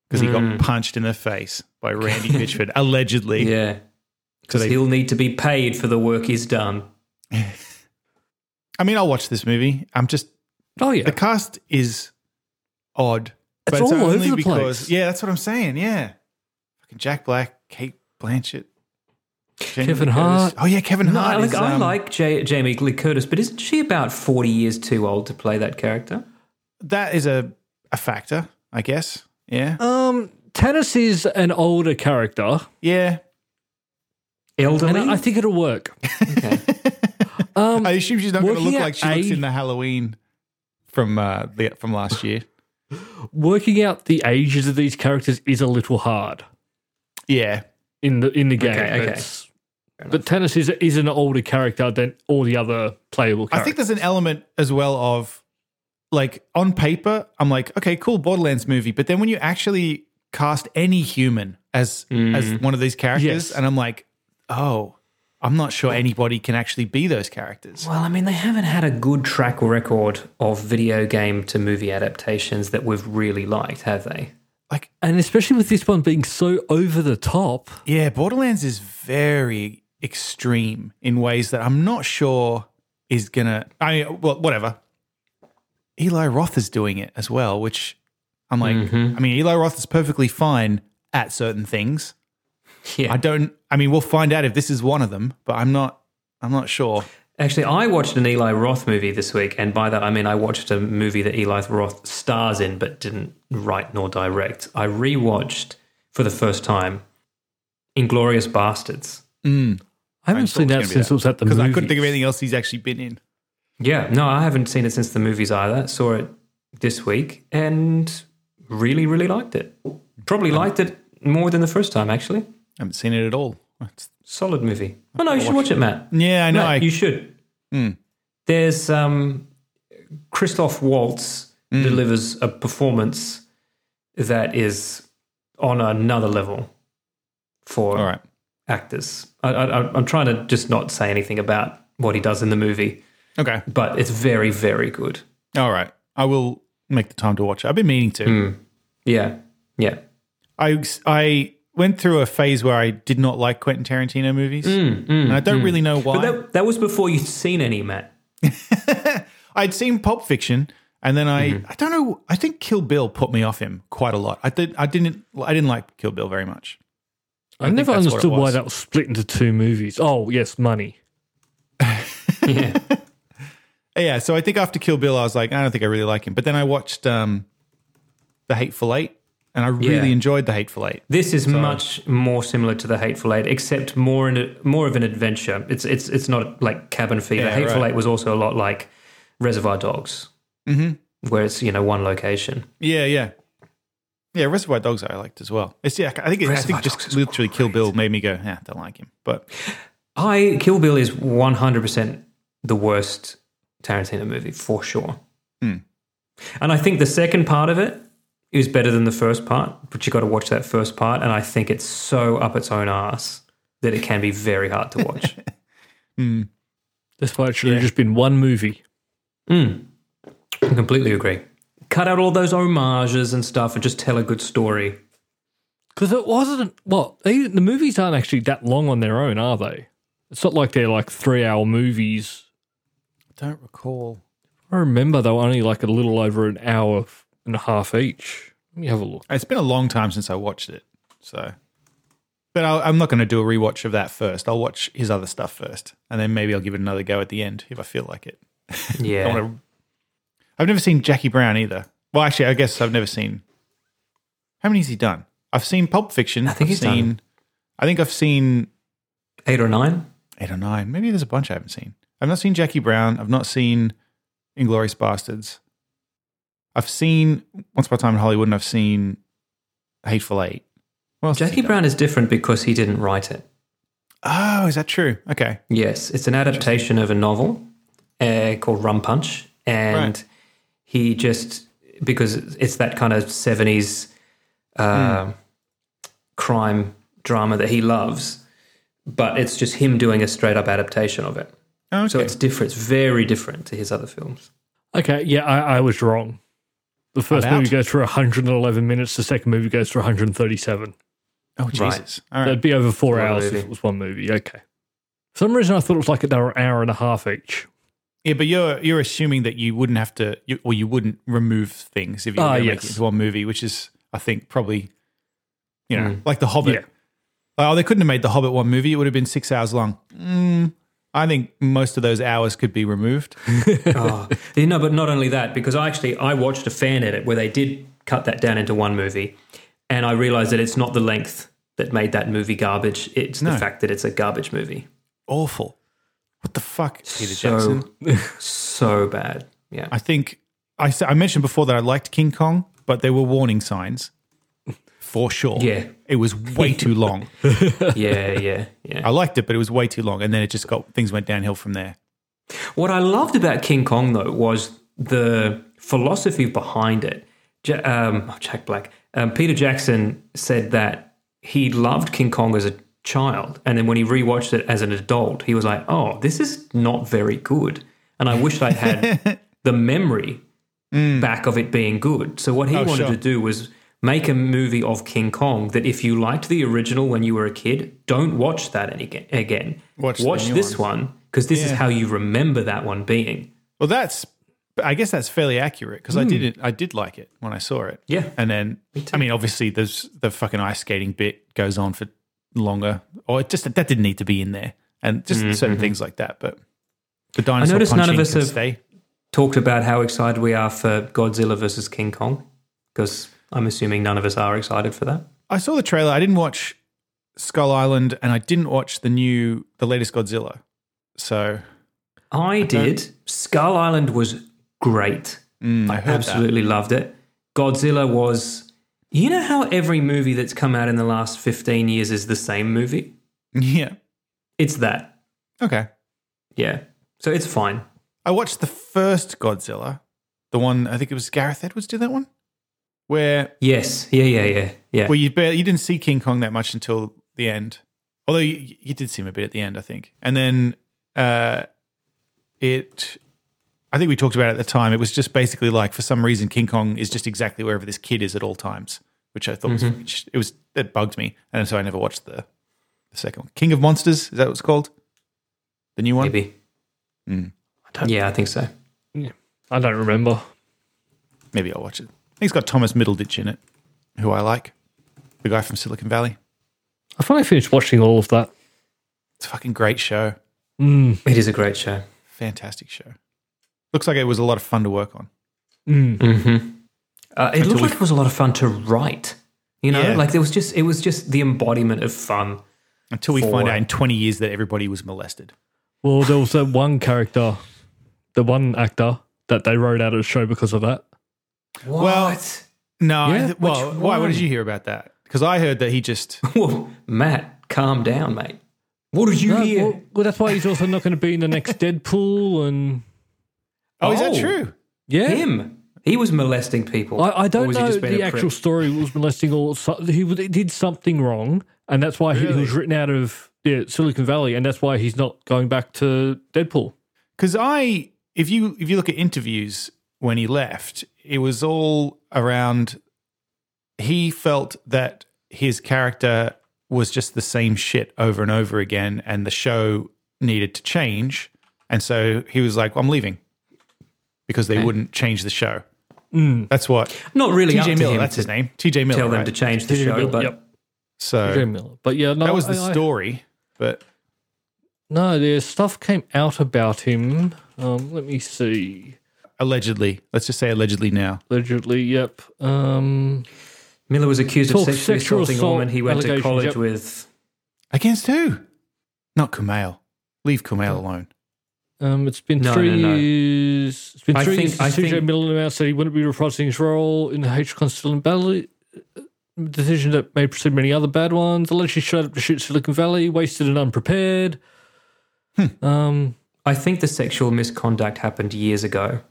S2: Because he
S1: Hmm.
S2: got punched in the face
S1: *laughs*
S2: by Randy Pitchford, allegedly.
S3: Yeah, because
S2: they-
S3: he'll need to be paid for the work he's done.
S2: I mean, I'll watch this movie. I'm just,
S1: oh yeah,
S2: the cast is odd.
S1: It's all over the place.
S2: Yeah, that's what I'm saying. Yeah. Fucking Jack Black, Kate Blanchett,
S1: Kevin Hart.
S2: Oh yeah, Kevin
S3: No,
S2: Hart.
S3: like,
S2: is,
S3: I
S2: um,
S3: like J- Jamie Lee Curtis, but isn't she about 40 years too old to play that character?
S2: that is a a factor, I guess. Yeah,
S1: Um, Tannis is an older character,
S2: yeah.
S3: Elderly?
S1: and I, I think it'll work. um,
S2: I assume she's not going to
S1: Working
S2: look
S1: at
S2: like she looks
S1: age-
S2: in the Halloween from uh, the from last year.
S1: working out the ages of these characters is a little hard
S2: Yeah,
S1: in the in the game.
S3: okay.
S1: It's- But Tannis is is an older character than all the other playable
S2: I
S1: characters.
S2: think there's an element as well of like on paper, I'm like, okay, cool, Borderlands movie. But then when you actually cast any human as as one of these characters,
S1: Mm-hmm. Yes.
S2: and I'm like, oh, I'm not sure anybody can actually be those characters.
S3: Well, I mean, they haven't had a good track record of video game to movie adaptations that we've really liked, have they?
S2: Like,
S1: and especially with this one being so over the top.
S2: yeah, Borderlands is very extreme in ways that I'm not sure is gonna. I mean, well, whatever. Eli Roth is doing it as well, which I'm like,
S1: Mm-hmm.
S2: I mean, Eli Roth is perfectly fine at certain things.
S3: Yeah.
S2: I don't. I mean, we'll find out if this is one of them, but I'm not. I'm not sure.
S3: Actually, I watched an Eli Roth movie this week, and by that I mean I watched a movie that Eli Roth stars in but didn't write nor direct. I rewatched for the first time Inglorious Bastards.
S1: I haven't seen that
S2: gonna be
S1: since
S2: that.
S1: it was at the
S2: Because
S1: movies.
S2: I couldn't think of anything else he's actually been in.
S3: Yeah, no, I haven't seen it since the movies either. Saw it this week and really, really liked it. Probably liked it more than the first time, actually.
S2: I haven't seen it at all. It's-
S3: Solid movie. Oh, no, you should watch it, Matt.
S2: yeah, Mm, I Mm. know.
S3: Matt,
S2: I,
S3: you should. There's um, Christoph Waltz
S2: Mm.
S3: delivers a performance that is on another level for
S2: all right.
S3: actors. I, I, I'm trying to just not say anything about what he does in the movie,
S2: Okay.
S3: but it's very, very good.
S2: All right. I will make the time to watch it. I've been meaning to.
S3: Yeah, yeah.
S2: I I went through a phase where I did not like Quentin Tarantino movies, and I don't really know why.
S3: Mm, But that, that was before you'd seen any, Matt.
S2: *laughs* I'd seen Pulp Fiction, and then I
S3: Mm-hmm.
S2: I don't know. I think Kill Bill put me off him quite a lot. I did. I didn't. I didn't like Kill Bill very much.
S1: I never
S2: that's what it
S1: understood why
S2: was.
S1: that was split into two movies. Oh yes, money.
S3: Yeah.
S2: Uh, Yeah, so I think after Kill Bill, I was like, I don't think I really like him. But then I watched um, The Hateful Eight, and I really
S3: Yeah.
S2: enjoyed The Hateful Eight.
S3: This is much more similar to the Hateful Eight, except more in a, more of an adventure. It's it's it's not like cabin fever.
S2: Yeah,
S3: Hateful
S2: right.
S3: Eight was also a lot like Reservoir Dogs, mm-hmm. where it's you know one location.
S2: Yeah, yeah, yeah. Reservoir Dogs I liked as well. It's yeah, I think I
S3: Reservoir
S2: think just
S3: Dogs is
S2: literally Kill Bill made me go, yeah, don't like him. But
S3: I Kill Bill is one hundred percent the worst Tarantino movie for sure. And I think the second part of it is better than the first part, but you got to watch that first part. And I think it's so up its own ass that it can be very hard to watch.
S1: That's why it should have just been one movie.
S3: I completely agree. Cut out all those homages and stuff and just tell a good story.
S1: Because it wasn't. Well, they- the movies aren't actually that long on their own, are they? It's not like they're like three-hour movies.
S2: I don't recall.
S1: I remember they were only like a little over an hour f- and a half each. Let me have a look.
S2: It's been a long time since I watched it, so. But I'll, I'm not going to do a rewatch of that first. I'll watch his other stuff first, and then maybe I'll give it another go at the end if I feel like it. *laughs* I
S3: Yeah.
S2: wanna- I've never seen Jackie Brown either. Well, actually, I guess I've never seen. How many has he done? I've seen Pulp Fiction. I
S3: think
S2: have
S3: he's done-
S2: seen. I think I've seen
S3: Eight or nine?
S2: eight or nine. Maybe there's a bunch I haven't seen. I've not seen Jackie Brown. I've not seen Inglorious Bastards. I've seen Once Upon a Time in Hollywood, and I've seen Hateful Eight. Well,
S3: Jackie Brown is different because he didn't write it.
S2: Oh, is that true? Okay.
S3: Yes, it's an adaptation of a novel uh, called Rum Punch. And
S2: Right.
S3: he just, because it's that kind of 70s uh,
S2: Hmm.
S3: crime drama that he loves, but it's just him doing a straight up adaptation of it.
S2: Oh, okay.
S3: So it's different. It's very different to his
S2: *laughs*
S3: other films.
S1: Okay, yeah, I, I was wrong. The first
S2: About?
S1: movie goes for 111 minutes. The second movie goes for 137.
S2: oh,
S3: right.
S2: Jesus. All right.
S1: That'd be over four
S3: One
S1: hours
S3: movie.
S1: if it was one movie. Okay. For some reason, I thought it was like they were an hour and a half each.
S2: Yeah, but you're you're assuming that you wouldn't have to, you, or you wouldn't remove things if you were
S1: Ah,
S2: going to make
S1: yes.
S3: Hmm.
S2: it into one movie, which is, I think, probably, you know, like The Hobbit.
S1: Yeah.
S2: Oh, they couldn't have made the Hobbit one movie. It would have been six hours long. Mm, I think most of those hours could be removed.
S3: Oh. You know, but not only that, because I actually I watched a fan edit where they did cut that down into one movie, and I realized that it's not the length that made that movie garbage. It's the fact that it's a garbage movie.
S2: Awful. What the fuck, Peter
S3: so
S2: Jackson?
S3: so bad. Yeah.
S2: I think I, s- I mentioned before that I liked King Kong, but there were warning signs for sure.
S3: Yeah.
S2: It was way too
S3: *laughs*
S2: long.
S3: yeah, yeah, yeah.
S2: I liked it, but it was way too long. And then it just got things went downhill from there.
S3: What I loved about King Kong though was the philosophy behind it. Ja- um, Jack Black, um, Peter Jackson said that he loved King Kong as a child, and then when he rewatched it as an adult, he was like, "Oh, this is not very good," and I wish I had the memory back of it being good. So what he wanted
S2: sure.
S3: to do was make a movie of King Kong that if you liked the original when you were a kid, don't watch that any- again.
S2: Watch the new
S3: this one because this is how you remember that one being.
S2: Well, that's I guess that's fairly accurate because I did it. I did like it when I saw it.
S3: Hmm. Yeah.
S2: and then I mean, obviously, there's the fucking ice skating bit goes on for longer, or it just that didn't need to be in there, and just certain things like that. But the dinosaur
S3: Mm-hmm, noticed none of
S2: punching
S3: us
S2: can
S3: have-
S2: stay.
S3: Talked about how excited we are for Godzilla versus King Kong because I'm assuming none of us are excited for that.
S2: I saw the trailer. I didn't watch Skull Island, and I didn't watch the new, the latest Godzilla. So *laughs*
S3: I did. Skull Island was great.
S2: mm, I heard that.
S3: Absolutely loved it. Godzilla was. You know how every movie that's come out in the last 15 years is the same movie?
S2: Yeah.
S3: It's that.
S2: Okay.
S3: Yeah. So it's fine.
S2: I watched the first Godzilla, the one I think it was Gareth Edwards did that one, where
S3: Yes. Yeah, yeah, yeah. Yeah.
S2: Well, you barely, you didn't see King Kong that much until the end. Although you, you did see him a bit at the end, I think. And then uh, it, I think we talked about it at the time. It was just basically like for some reason King Kong is just exactly wherever this kid is at all times, which I thought was which, it was that bugged me, and so I never watched the the second one. King of Monsters is that what it's called? The new one.
S3: Maybe.
S2: Mm.
S3: Yeah, I think so.
S1: Yeah. I don't remember.
S2: Maybe I'll watch it. I think it's got Thomas Middleditch in it, who I like, the guy from Silicon Valley.
S1: I finally finished watching all of that.
S2: It's a fucking great show.
S3: It is a great show.
S2: Fantastic show. Looks like it was a lot of fun to work on.
S3: Uh, it looked like it was a lot of fun to write. You know,
S2: Yeah.
S3: like there was just it was just the embodiment of fun.
S2: Until we find
S3: For-
S2: out in 20 years that everybody was molested.
S1: Well, there was that one character, the one actor that they wrote out of the show because of that.
S3: What? *laughs*
S2: Well- No,
S1: Yeah?
S2: I- well,
S1: Which
S2: why? What did
S1: one?
S2: you hear about that? Because I heard that he just.
S3: Whoa, Matt, calm down, mate. What did you
S1: No,
S3: hear?
S1: well, well, that's why he's also not going to be in the *laughs* next Deadpool, and
S2: Oh, is that
S3: Oh.
S2: true?
S1: yeah,
S3: Him? He was molesting people.
S1: I, I
S3: Or
S1: don't
S3: was he
S1: know
S3: just being
S1: the
S3: a prick?
S1: actual story was molesting or so- he was- he did something wrong, and that's why he, he was written out of yeah, Silicon Valley, and that's why he's not going back to Deadpool.
S2: Because I, if you if you look at interviews when he left, it was all around. He felt that his character was just the same shit over and over again, and the show needed to change, and so he was like, "I'm leaving," because they wouldn't change the show. That's what
S3: Not Mm. really up to
S2: TJ Miller.
S3: him
S2: That's
S3: to
S2: his name. TJ Miller.
S3: tell them
S2: right?
S3: to change the show,
S1: Miller,
S3: but
S1: yep.
S2: So
S1: Jay Miller. But yeah, no,
S2: that was the
S1: I- I-
S2: story, but
S1: no, there's stuff came out about him. Um, let me see.
S2: allegedly, let's just say allegedly now.
S1: Allegedly, yep. Um,
S3: Miller was accused of
S1: Talk
S3: sexually
S1: sexual
S3: assaulting a woman
S1: assault
S3: he went to
S1: allegations,
S3: college
S1: yep.
S3: with.
S2: Against who? Not Kumail. Leave Kumail alone.
S1: Um, it's been
S3: No,
S1: three
S3: no, no.
S1: years. It's been
S3: I
S1: three
S3: think-
S1: years
S3: I
S1: since CJ
S3: think-
S1: Miller announced that he wouldn't be reprising his role in the H. Constantine Valley uh, decision that may precede many other bad ones. Allegedly showed up to shoot Silicon Valley, wasted and unprepared. Um,
S3: I think the sexual misconduct happened years ago,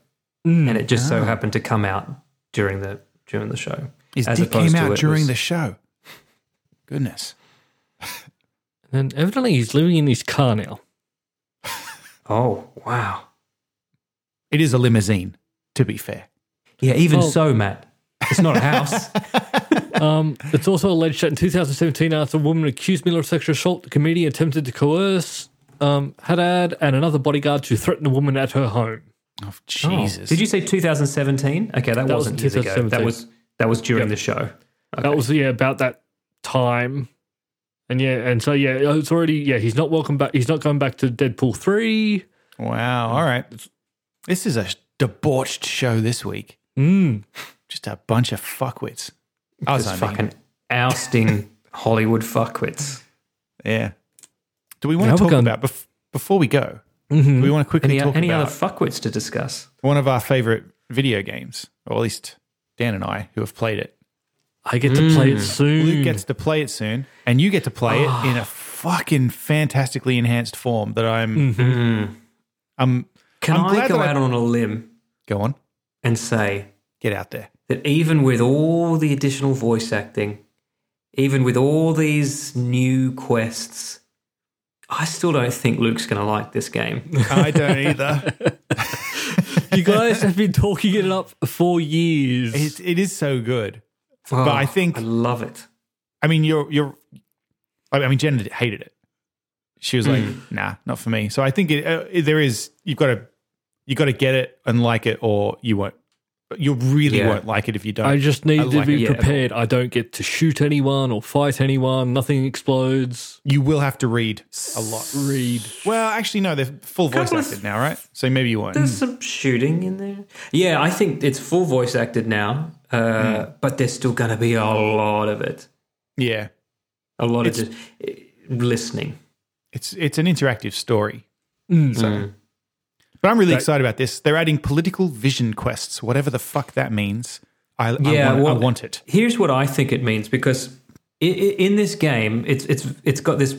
S3: and it just so happened to come out during the during the show.
S2: His
S3: as
S2: dick
S3: opposed
S2: came
S3: to it
S2: out during
S3: was-
S2: the show. Goodness.
S1: and evidently he's living in his car now.
S3: Oh wow!
S2: It is a limousine, to be fair.
S3: Yeah, even
S2: Oh.
S1: Well-
S3: so, Matt, it's not a *laughs* house.
S1: Um, it's also alleged that in 2017, after a woman accused Miller of sexual assault, the comedian attempted to coerce um, Haddad and another bodyguard to threaten a woman at her home.
S2: Oh, Jesus.
S3: Did you say 2017? Okay, that,
S1: was
S3: wasn't years ago. That
S1: 2017.
S3: was that was during the show.
S1: That was yeah, about that time. And yeah, and so yeah, it's already yeah. He's not welcome back. He's not going back to Deadpool three.
S2: Wow. All right. This is a debauched show this week.
S1: Mm.
S2: Just a bunch of fuckwits. I was
S3: Just
S2: hoping-
S3: fucking
S2: *laughs*
S3: ousting Hollywood fuckwits.
S2: Yeah. Do we want
S1: Now
S2: to
S1: we're
S2: talk
S1: going-
S2: about bef- before we go? Do we want to quickly
S3: Mm-hmm. Any,
S2: talk
S3: any
S2: about
S3: other fuckwits to discuss?
S2: one of our favorite video games, or at least Dan and I, who have played it.
S1: I get to
S2: Hmm.
S1: play it soon.
S3: Hmm.
S2: Luke gets to play it soon, and you get to play it
S3: *sighs*
S2: in a fucking fantastically enhanced form that I'm.
S3: Mm-hmm.
S2: Mm-hmm. I'm.
S3: Can
S2: I'm
S3: i
S2: glad
S3: go
S2: that I-
S3: out on a limb
S2: Go on,
S3: and say
S2: get out there.
S3: that even with all the additional voice acting, even with all these new quests, I still don't think Luke's going to like this game.
S2: I
S3: *laughs*
S2: don't either.
S1: you
S2: *laughs*
S1: guys have been talking it up for years.
S2: it, it is so good.
S3: Oh,
S2: I think-
S3: I love it.
S2: I mean, you're you're. I mean, Jen hated it. She was like,
S3: Hmm.
S2: "Nah, not for me." So I think it, uh, there is you've got to you got to get it and like it, or you won't. You really
S3: Yeah.
S2: won't like it if you don't.
S1: I just need
S2: I
S1: to
S2: like
S1: be
S2: it.
S3: Yeah.
S1: prepared. I don't get to shoot anyone or fight anyone. Nothing explodes.
S2: you will have to read a lot.
S1: Read.
S2: Well, actually, no, they're full voice
S3: Couple of-
S2: acted now, right? So maybe you won't.
S3: There's some shooting in there. Yeah, I think it's full voice acted now, uh, but there's still going to be a lot of it.
S2: Hmm. Yeah,
S3: A lot of just eh, listening.
S2: it's it's an interactive story.
S3: Mm.
S2: So. But I'm really excited about this. They're adding political vision quests, whatever the fuck that means. I, I,
S3: Yeah,
S2: want,
S3: well-
S2: I want it.
S3: Here's what I think it means because i- i- in this game, it's it's it's got this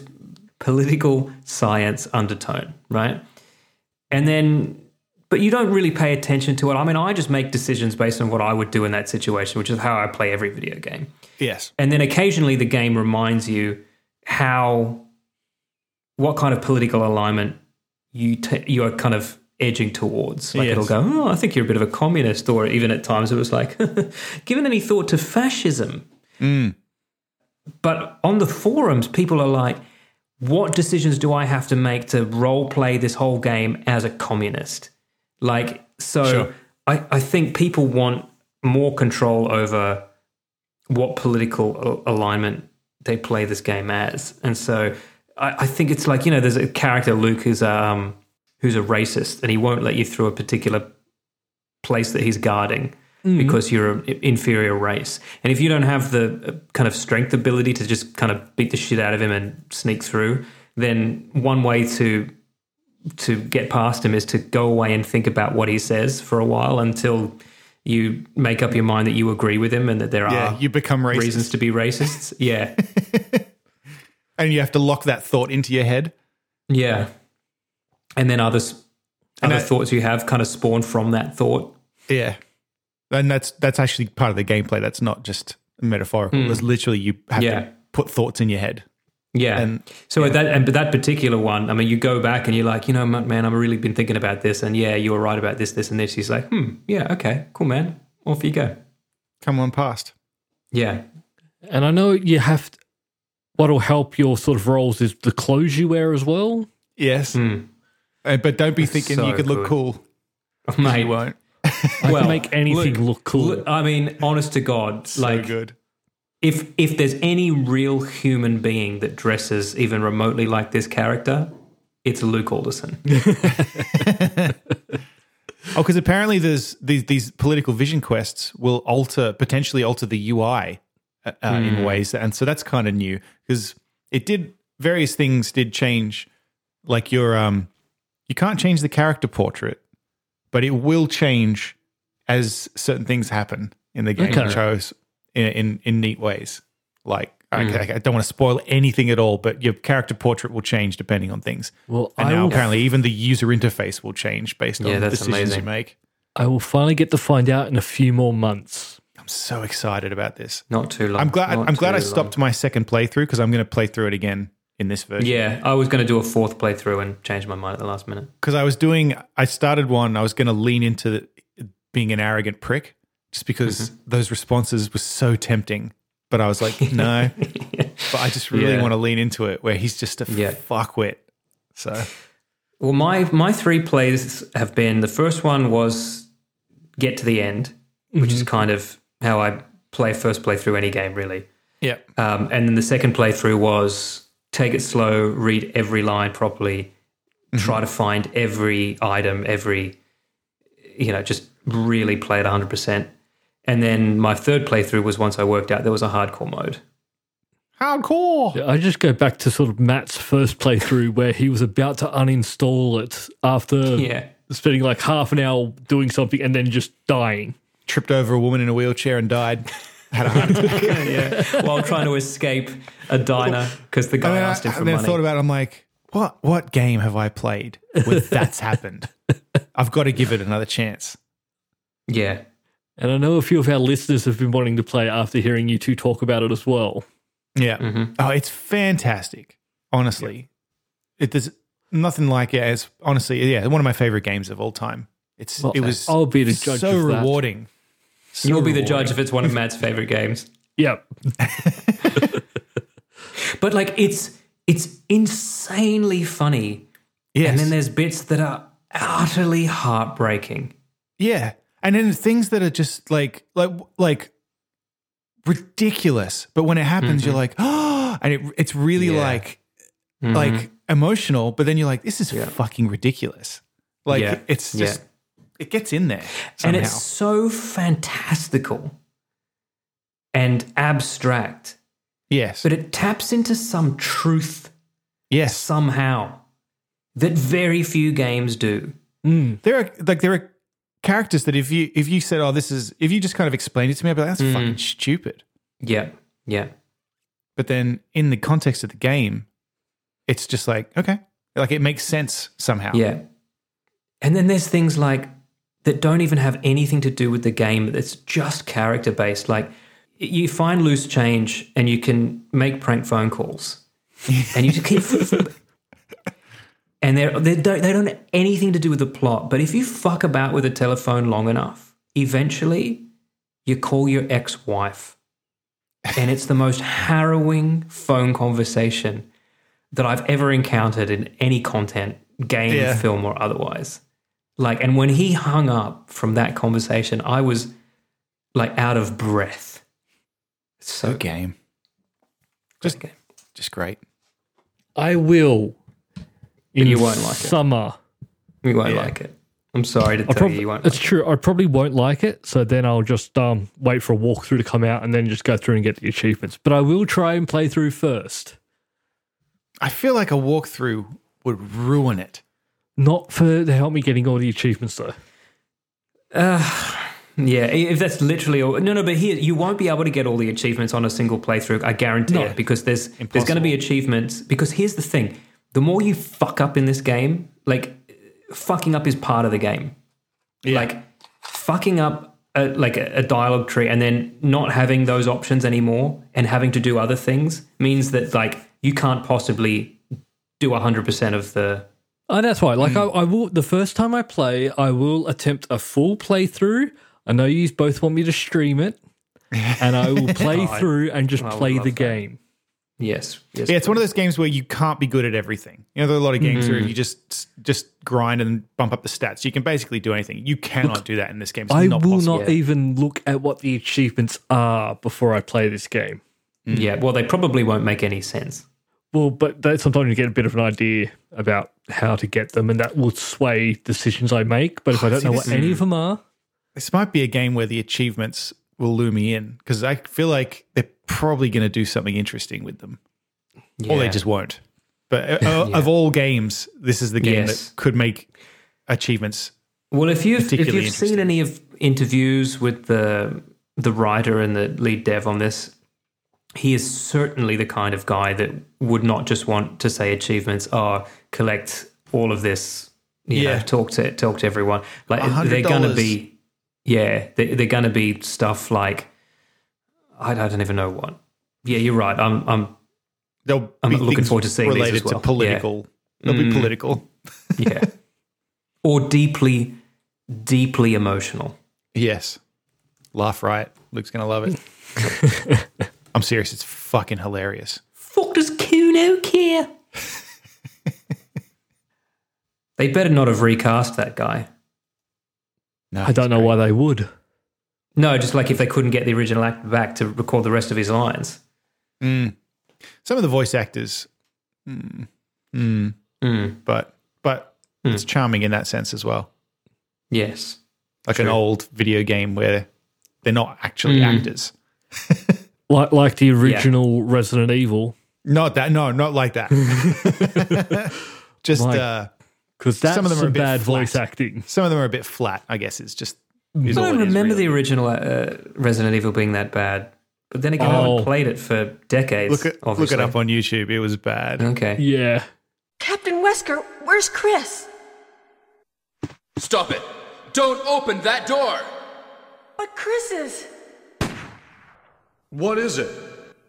S3: political science undertone, right? And then, but you don't really pay attention to it. I mean, I just make decisions based on what I would do in that situation, which is how I play every video game.
S2: Yes.
S3: And then occasionally the game reminds you how what kind of political alignment you t- you are kind of edging towards. Like
S2: Yes.
S3: it'll go, oh, I think you're a bit of a communist, or even at times it was like, *laughs* given any thought to fascism.
S2: Mm.
S3: But on the forums, people are like, what decisions do I have to make to role play this whole game as a communist? Like, so
S2: Sure.
S3: I, I think people want more control over what political a- alignment they play this game as. And so I, I think it's like, you know, there's a character, Luke, who's, um, who's a racist and he won't let you through a particular place that he's guarding
S2: Mm-hmm.
S3: because you're an inferior race. And if you don't have the uh, kind of strength ability to just kind of beat the shit out of him and sneak through, then one way to to get past him is to go away and think about what he says for a while until you make up your mind that you agree with him and that there
S2: Yeah,
S3: are
S2: you become racist.
S3: reasons to
S2: *laughs*
S3: be racists. Yeah.
S2: and you have to lock that thought into your head.
S3: yeah. And then others other
S2: I-
S3: thoughts you have kind of spawn from that thought.
S2: Yeah, and that's that's actually part of the gameplay. That's not just metaphorical. It's literally you have
S3: Yeah.
S2: to put thoughts in your head.
S3: Yeah.
S2: And-
S3: so that and but that particular one, I mean, you go back and you're like, you know, man, man, I've really been thinking about this, and yeah, you were right about this, this, and this. He's like, hmm, yeah, okay, cool, man, off you go.
S2: Come on, past.
S3: Yeah,
S1: And I know you have. To, what'll help your sort of roles is the clothes you wear as well.
S2: Yes, Uh, but don't be thinking you
S3: so
S2: could look
S3: good.
S2: cool.
S3: mate.
S2: *laughs* You won't.
S1: I
S3: Well,
S1: can make anything look cool.
S3: Look, I mean, honest to God, like,
S2: so good.
S3: if if there's any real human being that dresses even remotely like this character, it's Luke Alderson.
S2: Oh, because apparently there's these these political vision quests will alter potentially alter the UI uh, uh, in ways, and so that's kind of new because it did various things did change, like your um you can't change the character portrait, but it will change as certain things happen in the game,
S1: Okay.
S2: which I was in in, in neat ways. Like I, I- I don't want to spoil anything at all, but your character portrait will change depending on things.
S1: well,
S2: And
S1: I
S2: now
S1: will,
S2: apparently even the user interface will change based
S3: Yeah,
S2: on the
S3: that's
S2: decisions
S3: amazing.
S2: you make.
S1: I will finally get to find out in a few more months.
S2: I'm so excited about this.
S3: Not too long.
S2: I'm glad.
S3: not
S2: I'm glad
S3: too
S2: I
S3: long.
S2: stopped my second playthrough because I'm going to play through it again in this version.
S3: Yeah, I was going to do a fourth playthrough and change my mind at the last minute.
S2: Because I was doing. I started one. I was going to lean into being an arrogant prick just because
S3: Mm-hmm.
S2: those responses were so tempting. But I was like,
S3: *laughs*
S2: no. but I just really
S3: Yeah.
S2: want to lean into it where he's just a
S3: Yeah.
S2: fuckwit. So
S3: Well, my my three plays have been the first one was
S2: Mm-hmm.
S3: get to the end, which is kind of how I play first play through any game really.
S2: Yeah.
S3: Um, and then the second playthrough was take it slow, read every line properly,
S2: Mm-hmm.
S3: try to find every item, every, you know, just really play it 100%. And then my third playthrough was once I worked out there was a hardcore mode.
S2: Hardcore.
S1: Yeah, I just go back to sort of Matt's first playthrough where he was about to uninstall it after
S3: Yeah.
S1: spending like half an hour doing something and then just dying.
S2: Tripped over a woman in a wheelchair and died. Had a heart attack.
S3: yeah. While trying to escape a diner because the guy
S2: And then I-
S3: asked him for
S2: and then I
S3: money.
S2: thought about it, I'm like, what what game have I played where that's happened? I've got to give it another chance.
S3: yeah.
S1: And I know a few of our listeners have been wanting to play after hearing you two talk about it as well.
S2: Yeah. Oh, it's fantastic. Honestly. It there's nothing like it. It's honestly, yeah, one of my favorite games of all time. It's
S1: Well,
S2: it was
S1: I'll be the
S2: it's
S1: judge
S2: so
S1: of that.
S2: rewarding. So
S3: You'll be the
S2: rewarding.
S3: judge if it's one of Matt's favorite games.
S1: Yeah.
S3: But like it's it's insanely funny.
S2: Yes.
S3: And then there's bits that are utterly heartbreaking.
S2: Yeah, and then things that are just like like like ridiculous, but when it happens, you're like, *gasps* oh, and it, it's really
S3: Yeah.
S2: like
S3: Mm-hmm.
S2: like emotional. But then you're like, this is fucking ridiculous. Like
S3: Yeah.
S2: it's
S3: Yeah.
S2: just it gets in there somehow.
S3: And it's so fantastical and abstract,
S2: yes,
S3: but it taps into some truth
S2: yes.
S3: somehow that very few games do.
S2: There are like there are characters that if you if you said, oh, this is if you just kind of explained it to me, I'd be like,
S3: Mm.
S2: that's fucking stupid.
S3: Yeah, yeah,
S2: But then in the context of the game, it's just like okay, like it makes sense somehow.
S3: yeah. And then there's things like that don't even have anything to do with the game, that's just character based. Like y- you find loose change and you can make prank phone calls and you just keep. And they're, they don't, they don't have anything to do with the plot. But if you fuck about with a telephone long enough, eventually you call your ex wife. And it's the most harrowing phone conversation that I've ever encountered in any content, game,
S2: Yeah.
S3: film, or otherwise. Like, and when he hung up from that conversation, I was like out of breath. So
S2: Good game. Just
S3: game.
S2: just great.
S1: I will. In
S3: you won't like it.
S1: summer.
S3: You won't like it. I'm sorry to tell
S1: Prob-
S3: you, you won't.
S1: it's true. I probably won't like it. So then I'll just um, wait for a walkthrough to come out and then just go through and get the achievements. But I will try and play through first.
S2: I feel like a walkthrough would ruin it.
S1: Not for to help me getting all the achievements though.
S3: Yeah, i- if that's literally all. No, no, but here you won't be able to get all the achievements on a single playthrough. I guarantee it because there's there's going to be achievements. Because here's the thing: the more you fuck up in this game, like fucking up is part of the game. Like fucking up a, like a, a dialogue tree and then not having those options anymore and having to do other things means that like you can't possibly do 100% of the
S1: Oh, that's right. Like I, I will. The first time I play, I will attempt a full playthrough. I know you both want me to stream *laughs* it, and I will play through and just play the
S3: love that.
S1: game.
S3: yes yes
S2: Yeah, it's one of those games where you can't be good at everything. You know, there are a lot of games where
S3: Mm-hmm.
S2: you just just grind and bump up the stats. You can basically do anything. You cannot do that in this game. It's
S1: I
S2: not
S1: will
S2: possible.
S1: not even look at what the achievements are before I play this game.
S3: yeah well they probably won't make any sense
S1: Well, but that, sometimes you get a bit of an idea about how to get them, and that will sway decisions I make. But if *sighs* I don't know what
S2: this-
S1: any of them are,
S2: This might be a game where the achievements will lure me in because I feel like they're probably going to do something interesting with them, or they
S3: Yeah.
S2: just won't. But
S3: *laughs*
S2: uh, of all games, this is the game
S3: Yes.
S2: that could make achievements.
S3: Well, if you've if
S2: particularly
S3: you've seen any of interviews with the the writer and the lead dev on this, he is certainly the kind of guy that would not just want to say achievements are collect all of this. You
S2: Yeah.
S3: know, talk to talk to everyone. Like
S2: $100.
S3: they're gonna be, yeah, they, they're gonna be stuff like I, I don't even know what. Yeah, you're right. I'm I'm
S2: They'll
S3: I'm
S2: be
S3: looking
S2: things
S3: forward to seeing these as
S2: related
S3: well. Mm.
S2: to political. They'll be political. *laughs*
S3: yeah, or deeply deeply emotional.
S2: Yes. Laugh right. Luke's going to love it.
S1: *laughs*
S2: I'm serious. It's fucking hilarious.
S3: Fuck does Kuno care? they better not have recast that guy.
S2: No,
S1: I don't know why they would.
S3: No, just like if they couldn't get the original actor back to record the rest of his lines.
S2: Some of the voice actors,
S3: Hmm.
S2: mm, mm, but but it's charming in that sense as well.
S3: Yes.
S2: Like an old video game where they're not actually
S3: Hmm.
S2: actors.
S1: Like like the original Resident Evil,
S2: Not that. No, not like
S3: *laughs*
S2: that. Just
S1: Like-
S2: uh,
S1: because that's
S2: Some of them are a
S1: some
S2: bit
S1: bad
S2: flat.
S1: voice acting.
S2: some of them are a bit flat. I guess it's just.
S3: I
S2: Is all
S3: don't
S2: it is,
S3: remember
S2: really.
S3: the original uh, Resident Evil being that bad. But then again, I
S1: Oh.
S3: haven't played it for decades.
S2: Look it, look
S3: obviously.
S2: it up on YouTube. It was bad.
S3: Okay.
S1: Yeah,
S5: Captain Wesker, where's Chris?
S6: Stop it! Don't open that door!
S5: But Chris is.
S7: What is it?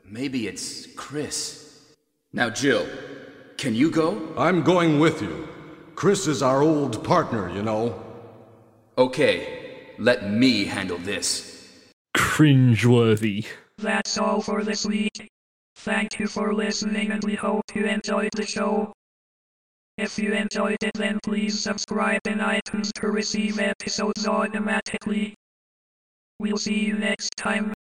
S6: Maybe it's Chris. Now, Jill, can you go?
S7: I'm going with you. Chris is our old partner, you know.
S6: Okay, let me handle this.
S1: cringeworthy.
S8: That's all for this week. Thank you for listening and we hope you enjoyed the show. If you enjoyed it then please subscribe in iTunes to receive episodes automatically. We'll see you next time.